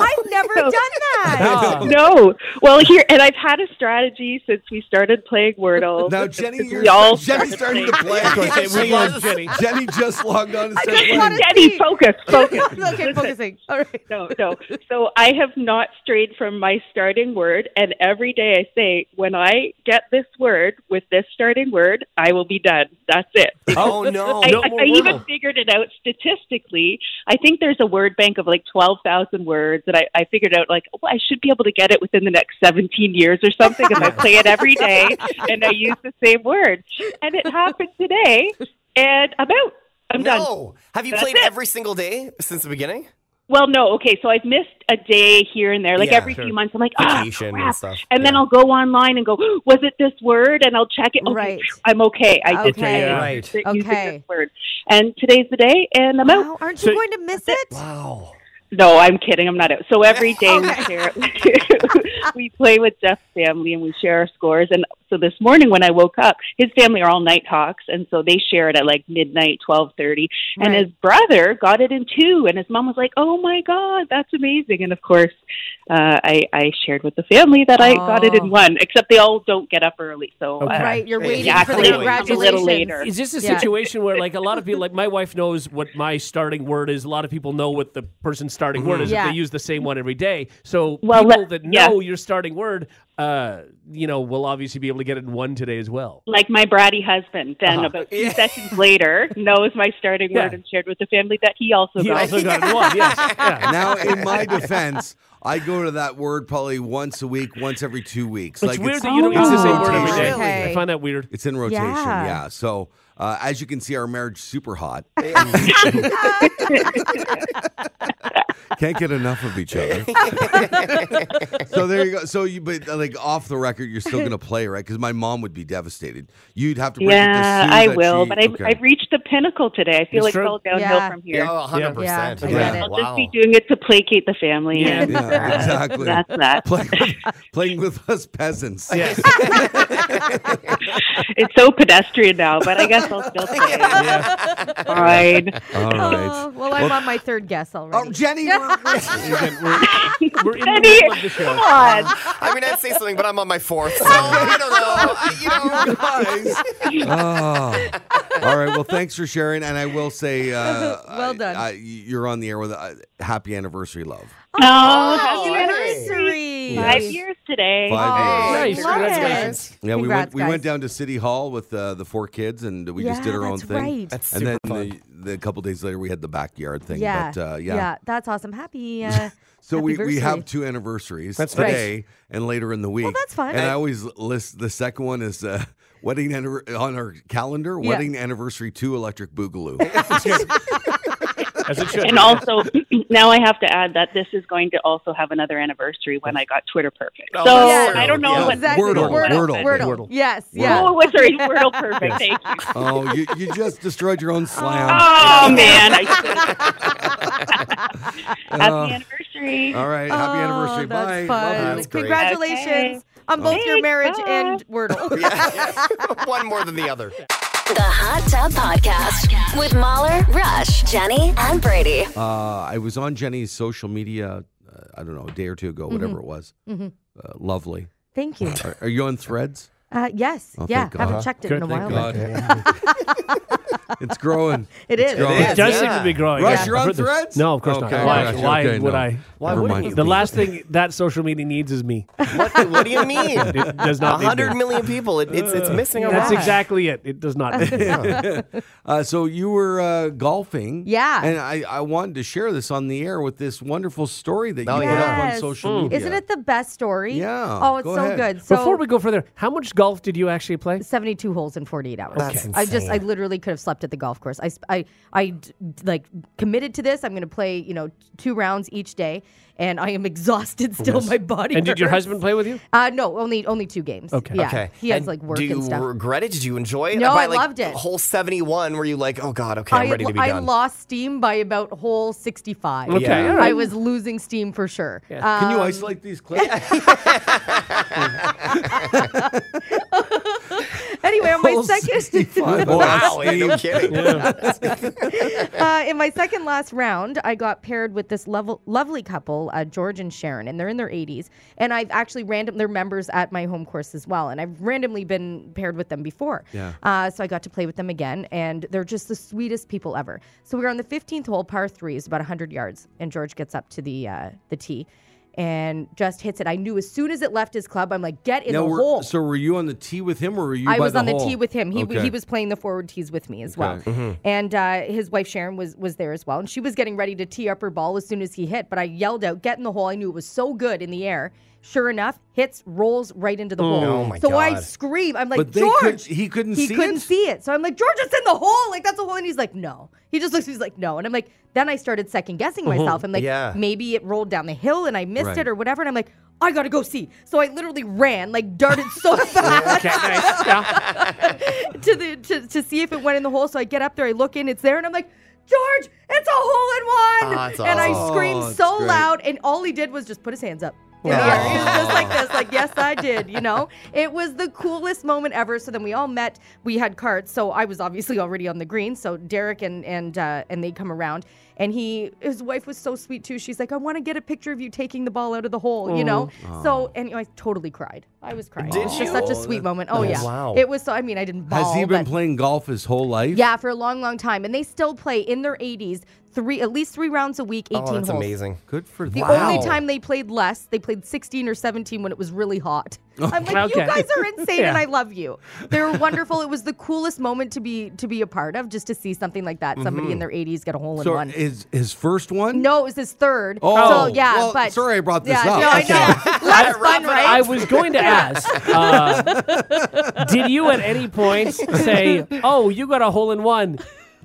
Speaker 4: I've never done that. *laughs*
Speaker 3: Ah,
Speaker 6: No. Well here and I've had a strategy since we started playing Wordle. *laughs*
Speaker 2: Now, Jenny,
Speaker 6: We
Speaker 2: you're
Speaker 6: all
Speaker 2: Jenny's starting to play.
Speaker 5: *laughs* Yeah,
Speaker 3: we
Speaker 2: *laughs*
Speaker 5: she
Speaker 3: love
Speaker 5: was.
Speaker 3: Jenny.
Speaker 2: Jenny just logged on and said,
Speaker 4: just
Speaker 2: "Hey,
Speaker 4: wanna-
Speaker 6: Jenny, focus, focus.
Speaker 4: *laughs* okay, focusing. All right.
Speaker 6: No, no. So I have not strayed from my starting word, and every day I say, when I get this word with this starting word, I will be done. That's it.
Speaker 5: *laughs* Oh, no.
Speaker 6: I,
Speaker 3: No
Speaker 6: I,
Speaker 3: more
Speaker 6: I even
Speaker 3: Wordle.
Speaker 6: figured it out statistically. I think there's a word bank of like 12,000 words, and I, I figured out, like, oh, I should be able to get it within the next 17 years or something
Speaker 3: *laughs*
Speaker 6: if I play it every day and I use the same word. And it happened today, and I'm out. I'm done.
Speaker 5: No. Have you
Speaker 6: That's
Speaker 5: played
Speaker 6: it.
Speaker 5: every single day since the beginning?
Speaker 6: Well, no, okay. So I've missed a day here and there, like
Speaker 5: Yeah,
Speaker 6: every
Speaker 5: sure.
Speaker 6: few months. I'm like, ah,
Speaker 5: Vacation and
Speaker 6: crap.
Speaker 5: stuff,
Speaker 6: And then
Speaker 5: yeah.
Speaker 6: I'll go online and go, was it this word? And I'll check it. Okay,
Speaker 4: Right.
Speaker 6: I'm okay. I did
Speaker 4: Okay.
Speaker 3: uh,
Speaker 6: it.
Speaker 5: Right.
Speaker 6: Using
Speaker 4: Okay.
Speaker 6: This word. And today's the day, and I'm out.
Speaker 4: Wow, aren't you
Speaker 3: So-
Speaker 4: going to miss it?
Speaker 5: Wow.
Speaker 6: No, I'm kidding. I'm not out. So every day we share, *laughs* we play with Jeff's family and we share our scores. And so this morning when I woke up, his family are all night talks, and so they share it at like midnight, twelve thirty. And
Speaker 4: Right.
Speaker 6: his brother got it in two, and his mom was like, "Oh my god, that's amazing!" And of course, uh, I I shared with the family that I got it
Speaker 4: Aw.
Speaker 6: in one. Except they all don't get up early, so
Speaker 3: Okay.
Speaker 6: uh,
Speaker 4: Right, you're waiting for
Speaker 6: Exactly.
Speaker 4: the
Speaker 6: A little later.
Speaker 4: congratulations.
Speaker 3: Is this a
Speaker 4: Yeah.
Speaker 3: situation where, like, a lot of people, like, my wife knows what my starting word is. A lot of people know what the person's starting word is
Speaker 4: Yeah.
Speaker 3: if they use the same one every day. So
Speaker 6: Well,
Speaker 3: people
Speaker 6: let-
Speaker 3: that
Speaker 6: yeah.
Speaker 3: know your starting word, uh, you know, will obviously be able to get it in one today as well.
Speaker 6: like my bratty husband then about two seconds later knows my starting
Speaker 3: Yeah.
Speaker 6: word and shared with the family that he also
Speaker 3: He
Speaker 6: got
Speaker 3: also got it in one. Yes.
Speaker 4: *laughs*
Speaker 3: Yeah.
Speaker 2: now, in my defense, I go to that word probably once a week, once every two weeks.
Speaker 3: It's
Speaker 2: like
Speaker 3: weird
Speaker 2: it's,
Speaker 3: that you don't use the same word every day.
Speaker 2: rotation.
Speaker 4: Okay.
Speaker 3: I find that weird.
Speaker 2: It's in rotation, yeah.
Speaker 4: Yeah.
Speaker 2: So, uh, as you can see, our marriage super hot.
Speaker 5: *laughs*
Speaker 2: Can't get enough of each
Speaker 4: *laughs*
Speaker 2: other. so there you go. So you, but uh, like off the record, you're still gonna play, right? Because my mom would be devastated. You'd have to. Break it to
Speaker 6: Yeah,
Speaker 2: Sue
Speaker 6: I
Speaker 2: that
Speaker 6: will.
Speaker 2: she-
Speaker 6: but I've,
Speaker 2: okay.
Speaker 6: I've reached the pinnacle today. I
Speaker 3: It's
Speaker 6: feel like
Speaker 3: true.
Speaker 6: it's all downhill
Speaker 4: Yeah.
Speaker 6: from here.
Speaker 5: Yeah, 100%.
Speaker 4: Yeah, I
Speaker 2: get
Speaker 5: Yeah.
Speaker 2: it.
Speaker 6: I'll
Speaker 5: Wow.
Speaker 6: just be doing it to placate the family.
Speaker 3: Yeah.
Speaker 6: And
Speaker 2: Yeah.
Speaker 6: *laughs*
Speaker 2: Exactly.
Speaker 6: That's
Speaker 2: *laughs*
Speaker 6: that.
Speaker 2: Play, playing with us peasants.
Speaker 3: Yes.
Speaker 6: It's so pedestrian now, but I guess I'll still say it.
Speaker 3: yeah.
Speaker 6: Fine.
Speaker 2: *laughs* All
Speaker 4: Oh,
Speaker 2: right.
Speaker 4: well, I'm on my third guess already.
Speaker 2: Oh, Jenny, we're- we're-
Speaker 3: Again, we're, we're in the
Speaker 6: Jenny,
Speaker 3: middle of the show.
Speaker 6: come on.
Speaker 5: *laughs* I mean, I'd say something, but I'm on my fourth, so I don't know. I- you
Speaker 2: guys.
Speaker 5: know,
Speaker 2: *laughs* Oh. All right. Well, thanks for sharing. And I will say, uh,
Speaker 4: *laughs* Well
Speaker 2: I-
Speaker 4: done.
Speaker 2: I- you're on the air with a happy anniversary, love.
Speaker 6: Oh, happy
Speaker 4: Happy
Speaker 6: anniversary.
Speaker 4: anniversary.
Speaker 6: Five
Speaker 2: Yes. Oh,
Speaker 6: years today.
Speaker 2: Five years.
Speaker 5: Hey,
Speaker 3: Nice.
Speaker 4: love
Speaker 3: Congratulations.
Speaker 4: it.
Speaker 2: Yeah, we went
Speaker 4: Congrats,
Speaker 2: we
Speaker 4: guys.
Speaker 2: went down to City Hall with uh, the four kids, and we just
Speaker 4: Yeah,
Speaker 2: did our own
Speaker 4: that's
Speaker 2: thing.
Speaker 4: right.
Speaker 5: That's
Speaker 2: and
Speaker 5: super
Speaker 2: then
Speaker 5: fun.
Speaker 2: The, the couple days later, we had the backyard thing.
Speaker 4: Yeah.
Speaker 2: But, uh, yeah.
Speaker 4: that's awesome. Happy. Uh,
Speaker 2: So we,
Speaker 4: happy
Speaker 2: we
Speaker 4: versary.
Speaker 2: have two anniversaries
Speaker 3: That's nice.
Speaker 2: today and later in the week.
Speaker 4: that's fun.
Speaker 2: And I always list the second one is uh, *laughs* wedding anniver- on our calendar,
Speaker 4: Yeah.
Speaker 2: wedding anniversary two, Electric
Speaker 5: *laughs*
Speaker 2: Boogaloo.
Speaker 3: As it should.
Speaker 6: And also, *clears throat* now I have to add that this is going to also have another anniversary when I got Twitter perfect.
Speaker 5: *laughs* Oh,
Speaker 6: so
Speaker 5: yeah.
Speaker 6: I don't know
Speaker 5: Yeah.
Speaker 6: what.
Speaker 4: Exactly.
Speaker 2: Wordle,
Speaker 4: Wordle,
Speaker 2: Wordle,
Speaker 4: Wordle.
Speaker 3: Wordle.
Speaker 4: Yes, yeah.
Speaker 6: Oh, what's sorry, Wordle perfect. Thank you.
Speaker 2: oh, you, you just destroyed your own
Speaker 4: *laughs*
Speaker 2: slam.
Speaker 6: Oh man! I Happy anniversary.
Speaker 2: All right. Happy
Speaker 4: Oh,
Speaker 2: anniversary. Bye.
Speaker 4: That's Fun.
Speaker 2: Love you.
Speaker 5: That's great.
Speaker 4: Congratulations
Speaker 6: Okay.
Speaker 4: on both your
Speaker 6: Thanks,
Speaker 4: marriage
Speaker 6: bye.
Speaker 2: *laughs*
Speaker 4: and *laughs* Wordle.
Speaker 5: *laughs* one more than the other.
Speaker 1: The Hot Tub Podcast with Mahler, Rush, Jenny, and Brady.
Speaker 2: Uh, I was on Jenny's social media, uh, I don't know, a day or two
Speaker 4: Mm-hmm.
Speaker 2: ago, whatever it was.
Speaker 4: Mhm.
Speaker 2: Uh, lovely.
Speaker 4: Thank you.
Speaker 2: Are, are you on threads?
Speaker 4: Uh, yes,
Speaker 2: Oh,
Speaker 4: yeah.
Speaker 2: thank God.
Speaker 4: Haven't checked it in a while. but
Speaker 2: it's
Speaker 4: *laughs*
Speaker 2: growing.
Speaker 4: It is.
Speaker 2: growing.
Speaker 5: It
Speaker 3: It does
Speaker 5: Yeah.
Speaker 3: seem to be growing.
Speaker 2: Rush,
Speaker 3: Oh, Yeah.
Speaker 2: you're on
Speaker 3: I've heard this.
Speaker 2: Threads?
Speaker 3: No, of course
Speaker 2: Okay,
Speaker 3: not. Why,
Speaker 2: gotcha,
Speaker 3: why
Speaker 2: okay,
Speaker 3: would
Speaker 2: no.
Speaker 3: I?
Speaker 2: Never
Speaker 5: would
Speaker 2: mind.
Speaker 5: you?
Speaker 3: The last thing that social media needs is me.
Speaker 5: What, *laughs* what do you mean? *laughs*
Speaker 3: It does
Speaker 5: A
Speaker 3: not need
Speaker 5: hundred
Speaker 3: me.
Speaker 5: million people. It, it's it's missing a
Speaker 3: That's
Speaker 5: lot.
Speaker 4: Yeah.
Speaker 3: exactly it. It does not.
Speaker 2: Uh, so you were uh, golfing.
Speaker 4: Yeah.
Speaker 2: And I, I wanted to share this on the air with this wonderful story that
Speaker 5: Oh,
Speaker 2: you put up on
Speaker 4: Yes. Mm.
Speaker 6: Hmm.
Speaker 2: social media.
Speaker 4: Isn't it the best story?
Speaker 2: Yeah,
Speaker 4: Oh, it's
Speaker 2: go
Speaker 4: so
Speaker 2: ahead.
Speaker 4: good. So
Speaker 3: Before we go further, how much golf did you actually play?
Speaker 4: 72 holes in 48 hours.
Speaker 5: That's
Speaker 4: I just, I
Speaker 5: insane.
Speaker 4: literally could have slept at the golf course. I, sp- I, I d- d- like committed to this. I'm going to play, you know, two rounds each day, and I am exhausted still. My body.
Speaker 3: And did your
Speaker 4: hurts.
Speaker 3: husband play with you?
Speaker 4: Uh, no, only only two games.
Speaker 3: Okay.
Speaker 4: Yeah.
Speaker 5: Okay.
Speaker 4: He has
Speaker 5: And
Speaker 4: like work
Speaker 5: Do you
Speaker 4: and stuff.
Speaker 5: regret it? Did you enjoy it?
Speaker 4: No,
Speaker 5: By,
Speaker 4: I
Speaker 5: like,
Speaker 4: loved it.
Speaker 5: Whole seventy-one. Were you like, oh god, okay, I'm
Speaker 4: I
Speaker 5: ready to be
Speaker 4: I
Speaker 5: done?
Speaker 4: lost steam by about hole 65.
Speaker 3: Okay,
Speaker 5: Yeah.
Speaker 3: all right.
Speaker 4: I was losing steam for sure. Uh,
Speaker 2: Can you isolate these
Speaker 4: *laughs*
Speaker 2: clips?
Speaker 4: Uh, anyway, on my
Speaker 2: Hole
Speaker 4: second,
Speaker 2: 65.
Speaker 5: wow, yeah, *laughs* no kidding. Oh,
Speaker 4: uh, in my second last round, I got paired with this level, lovely couple, uh, George and Sharon, and they're in their 80s. And I've actually random, they're members at my home course as well, and I've randomly been paired with them before.
Speaker 2: Yeah.
Speaker 4: Uh, so I got to play with them again, and they're just the sweetest people ever. So we were on the 15th hole, par three, is about 100 yards, and George gets up to the uh, the tee. And just hits it. I knew as soon as it left his club, I'm like, get in
Speaker 2: Now,
Speaker 4: the
Speaker 2: were-
Speaker 4: hole.
Speaker 2: So were you on the tee with him, or were you?
Speaker 4: I
Speaker 2: by
Speaker 4: was on the
Speaker 2: hole?
Speaker 4: tee with him. He
Speaker 2: Okay.
Speaker 4: he was playing the forward tees with me as well,
Speaker 2: Okay. Mm-hmm.
Speaker 4: and uh, his wife Sharon was was there as well, and she was getting ready to tee up her ball as soon as he hit. But I yelled out, "Get in the hole!" I knew it was so good in the air. Sure enough, hits rolls right into the hole.
Speaker 5: Oh my
Speaker 4: so I
Speaker 5: God.
Speaker 4: scream, "I'm like
Speaker 2: But they
Speaker 4: George!"
Speaker 2: could- he couldn't
Speaker 4: he
Speaker 2: see
Speaker 4: couldn't
Speaker 2: it?
Speaker 4: see it. So I'm like, "George, it's in the hole! Like that's a hole!" And he's like, "No." He just looks. He's like, "No," and I'm like. Then I started second guessing myself. I'm like,
Speaker 5: Yeah.
Speaker 4: maybe it rolled down the hill and I missed
Speaker 2: Uh-huh. Right.
Speaker 4: it or whatever. And I'm like, I gotta go see. So I literally ran, like darted so *laughs* fast
Speaker 3: Okay, nice. Yeah.
Speaker 4: to the to, to see if it went in the hole. So I get up there, I look in, it's there, and I'm like, George, it's a hole in one!
Speaker 5: Ah, it's Oh.
Speaker 4: and I
Speaker 5: awesome.
Speaker 4: screamed
Speaker 2: Oh, it's
Speaker 4: so
Speaker 2: great.
Speaker 4: loud, and all he did was just put his hands up. in the
Speaker 5: Wow.
Speaker 4: air. He was just like this, like yes, I did. You know, it was the coolest moment ever. So then we all met. We had carts, so I was obviously already on the green. So Derek and and uh, and they come around, and he his wife was so sweet too. She's like, I want to get a picture of you taking the ball out of the hole. You know, so and you know, I totally cried. I was crying.
Speaker 5: Oh. Did
Speaker 4: it was
Speaker 5: you?
Speaker 4: just such a sweet moment. Oh
Speaker 5: oh,
Speaker 4: yeah,
Speaker 5: wow.
Speaker 4: It was so. I mean, I didn't. Bawl,
Speaker 2: Has he been
Speaker 4: but-
Speaker 2: playing golf his whole life?
Speaker 4: yeah, for a long, long time, and they still play in their 80s, three at least three rounds a week, 18
Speaker 5: oh,
Speaker 4: holes.
Speaker 5: that's amazing.
Speaker 2: Good for
Speaker 4: The
Speaker 2: them.
Speaker 4: only
Speaker 5: Wow.
Speaker 4: time they played less, they played 16 or 17 when it was
Speaker 2: *laughs*
Speaker 4: really hot.
Speaker 2: Oh,
Speaker 4: I'm like, you
Speaker 3: Okay.
Speaker 4: guys are insane, and
Speaker 3: Yeah.
Speaker 4: I love you. They were wonderful. it was the coolest moment to be to be a part of, just to see something like that. Somebody in their 80s get a hole in
Speaker 2: Mm-hmm. So
Speaker 4: one.
Speaker 2: his his first one?
Speaker 4: no, it was his third.
Speaker 2: Oh,
Speaker 4: so, yeah,
Speaker 2: well,
Speaker 4: but
Speaker 2: sorry I brought this
Speaker 4: *laughs* yeah,
Speaker 2: up.
Speaker 4: No, I
Speaker 2: Okay.
Speaker 4: know. Less fun, right?
Speaker 3: I was going to ask uh, Did you at any point say, oh, you got a hole in one?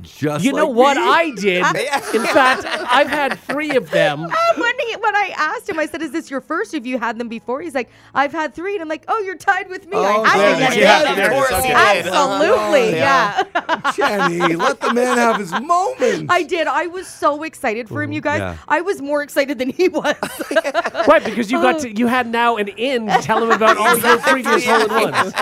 Speaker 2: Just
Speaker 3: You know
Speaker 2: like
Speaker 3: what
Speaker 2: me?
Speaker 3: I did?
Speaker 4: *laughs*
Speaker 3: In fact, I've had three of them.
Speaker 4: when, he, when I asked him, I said, "Is this your first? Have you had them before?" He's like, "'I've had three. and I'm like, "Oh, you're tied with me.
Speaker 2: Oh,
Speaker 4: I
Speaker 2: there
Speaker 4: had
Speaker 2: it
Speaker 4: them
Speaker 2: is.
Speaker 4: yesterday."
Speaker 5: Yeah, of course
Speaker 2: Okay.
Speaker 5: he did.
Speaker 4: Absolutely, yeah.
Speaker 2: Jenny, let the man have
Speaker 4: *laughs*
Speaker 2: his moment.
Speaker 4: I did. I was so excited for him, you guys.
Speaker 2: yeah.
Speaker 4: I *laughs* was more excited than he was.
Speaker 3: Right, because you got to, you had now an in to tell him about all your previous hole in ones.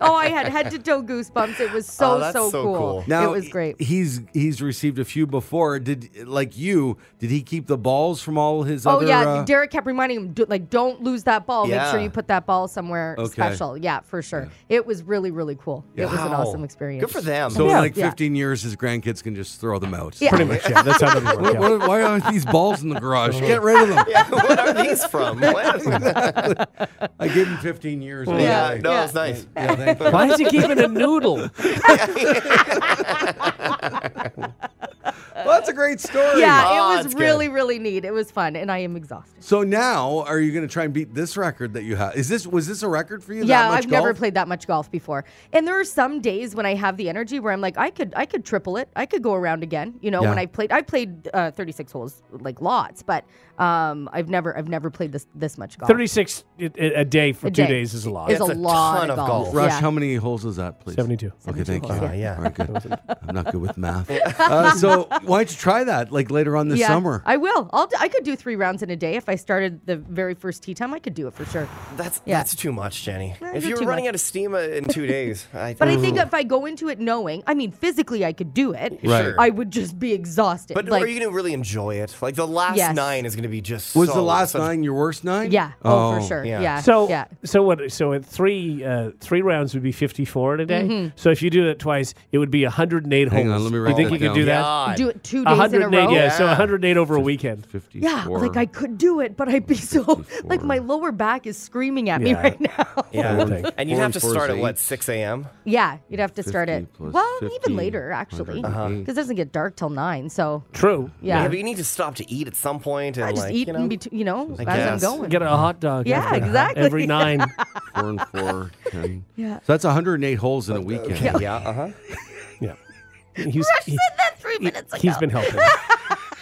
Speaker 4: oh, I had head to toe goosebumps. It was so
Speaker 5: Oh, that's
Speaker 4: so,
Speaker 5: so
Speaker 4: cool.
Speaker 5: cool.
Speaker 2: Now
Speaker 4: it was great.
Speaker 2: He's he's received a few before. Did like you? Did he keep the balls from all his
Speaker 4: Oh
Speaker 2: other?
Speaker 4: yeah,
Speaker 2: uh,
Speaker 4: Derek kept reminding him, do, like, don't lose that ball. Make sure
Speaker 5: Yeah.
Speaker 4: you put that ball somewhere
Speaker 2: Okay.
Speaker 4: special. Yeah, for sure. It was really, really cool. It was an
Speaker 5: Wow.
Speaker 4: awesome experience.
Speaker 5: Good for them.
Speaker 2: so in
Speaker 5: *laughs*
Speaker 3: Yeah.
Speaker 2: like
Speaker 4: Yeah.
Speaker 2: 15 years, his grandkids can just throw them out.
Speaker 4: Yeah.
Speaker 3: Pretty much, yeah. That's how that
Speaker 2: What-
Speaker 3: works. Yeah.
Speaker 2: what- why aren't these balls in the garage? Get rid of
Speaker 4: *laughs*
Speaker 2: them.
Speaker 5: yeah, what are these from? What?
Speaker 2: I gave him 15 years.
Speaker 5: Yeah,
Speaker 2: anyway.
Speaker 5: no, it's nice.
Speaker 2: Yeah, thank you.
Speaker 3: Why is he keeping a noodle?
Speaker 2: Well, that's a great story.
Speaker 4: Yeah,
Speaker 5: Oh,
Speaker 4: it was
Speaker 5: that's
Speaker 4: really, really neat. It was fun, and I am exhausted.
Speaker 2: So now, are you going to try and beat this record that you have? Is this was this a record for you?
Speaker 4: yeah,
Speaker 2: that much
Speaker 4: I've never
Speaker 2: golf?
Speaker 4: played that much golf before, and there are some days when I have the energy where I'm like, I could, I could triple it. I could go around again. You know,
Speaker 2: Yeah.
Speaker 4: when I played, I played uh, 36 holes like lots, but um, I've never, I've never played this this much golf.
Speaker 3: 36 i- i- a day for
Speaker 4: A
Speaker 3: two
Speaker 4: day.
Speaker 3: days is a lot.
Speaker 4: It's
Speaker 5: That's
Speaker 4: a
Speaker 5: a
Speaker 4: lot
Speaker 5: ton
Speaker 4: of
Speaker 5: of
Speaker 4: golf.
Speaker 5: golf.
Speaker 2: Rush,
Speaker 4: Yeah.
Speaker 2: how many holes is that, please?
Speaker 3: 72.
Speaker 2: Okay, thank you.
Speaker 5: holes,
Speaker 3: Uh,
Speaker 5: yeah.
Speaker 2: All right, good.
Speaker 3: *laughs*
Speaker 2: I'm not good with math. Uh, so why don't you try that like later on this
Speaker 4: yeah,
Speaker 2: summer?
Speaker 4: I will. I'll. d- I could do three rounds in a day if I started the very first tee time. I could do it for sure.
Speaker 5: That's
Speaker 4: Yeah.
Speaker 5: that's too much, Jenny.
Speaker 4: No,
Speaker 5: if
Speaker 4: you're
Speaker 5: you were
Speaker 4: too
Speaker 5: running
Speaker 4: much.
Speaker 5: out of steam uh, in two days, I
Speaker 4: But I think
Speaker 2: Mm-hmm.
Speaker 4: if I go into it knowing, I mean, physically I could do it.
Speaker 2: Right.
Speaker 4: I would just be exhausted.
Speaker 5: But
Speaker 4: like,
Speaker 5: are you going to really enjoy it? Like the last
Speaker 4: Yes.
Speaker 5: nine is going to be just.
Speaker 2: was
Speaker 5: so-
Speaker 2: the last
Speaker 5: such-
Speaker 2: nine your worst nine?
Speaker 4: yeah. Oh, for sure.
Speaker 5: yeah.
Speaker 4: Yeah.
Speaker 3: So
Speaker 4: yeah.
Speaker 3: so what? So at three uh, three rounds would be fifty four in a day.
Speaker 4: Mm-hmm.
Speaker 3: So if you do it twice, it would be hundred and eight holes.
Speaker 2: Hang on, let me write
Speaker 3: you think
Speaker 2: that
Speaker 3: you
Speaker 2: down.
Speaker 3: could do that?
Speaker 5: God.
Speaker 4: Do it two days in
Speaker 3: hundred
Speaker 4: a
Speaker 3: and eight.
Speaker 4: row.
Speaker 3: Yeah, so
Speaker 5: Yeah.
Speaker 3: hundred and eight over a weekend.
Speaker 2: 54.
Speaker 4: Yeah, like I could do it, but I'd be so *laughs* like my lower back is screaming at me
Speaker 3: Yeah.
Speaker 4: right *laughs* now.
Speaker 3: Poor
Speaker 5: Yeah.
Speaker 3: thing.
Speaker 5: And you'd
Speaker 2: Four and
Speaker 5: have to
Speaker 2: four is
Speaker 5: start at
Speaker 2: eight.
Speaker 5: what six a.m.
Speaker 4: Yeah, you'd have to start
Speaker 2: 50
Speaker 4: it.
Speaker 2: plus
Speaker 4: Well,
Speaker 2: 50,
Speaker 4: even later actually, because
Speaker 2: 108.
Speaker 4: it doesn't get dark till nine. So
Speaker 3: True.
Speaker 5: Yeah.
Speaker 4: yeah,
Speaker 5: but you need to stop to eat at some point and
Speaker 4: I just
Speaker 5: like
Speaker 4: eat
Speaker 5: you
Speaker 4: in
Speaker 5: know.
Speaker 4: between, you know, as
Speaker 5: I
Speaker 4: I'm
Speaker 5: guess.
Speaker 4: going.
Speaker 3: Get a hot dog.
Speaker 4: Yeah,
Speaker 3: after that.
Speaker 4: exactly. *laughs*
Speaker 3: Every nine.
Speaker 2: Four and four. 10.
Speaker 4: Yeah.
Speaker 2: So that's 108 holes in a weekend.
Speaker 4: *laughs*
Speaker 5: yeah. Uh huh.
Speaker 3: yeah. He's he,
Speaker 4: that three minutes ago.
Speaker 3: has
Speaker 4: *laughs*
Speaker 3: been helping.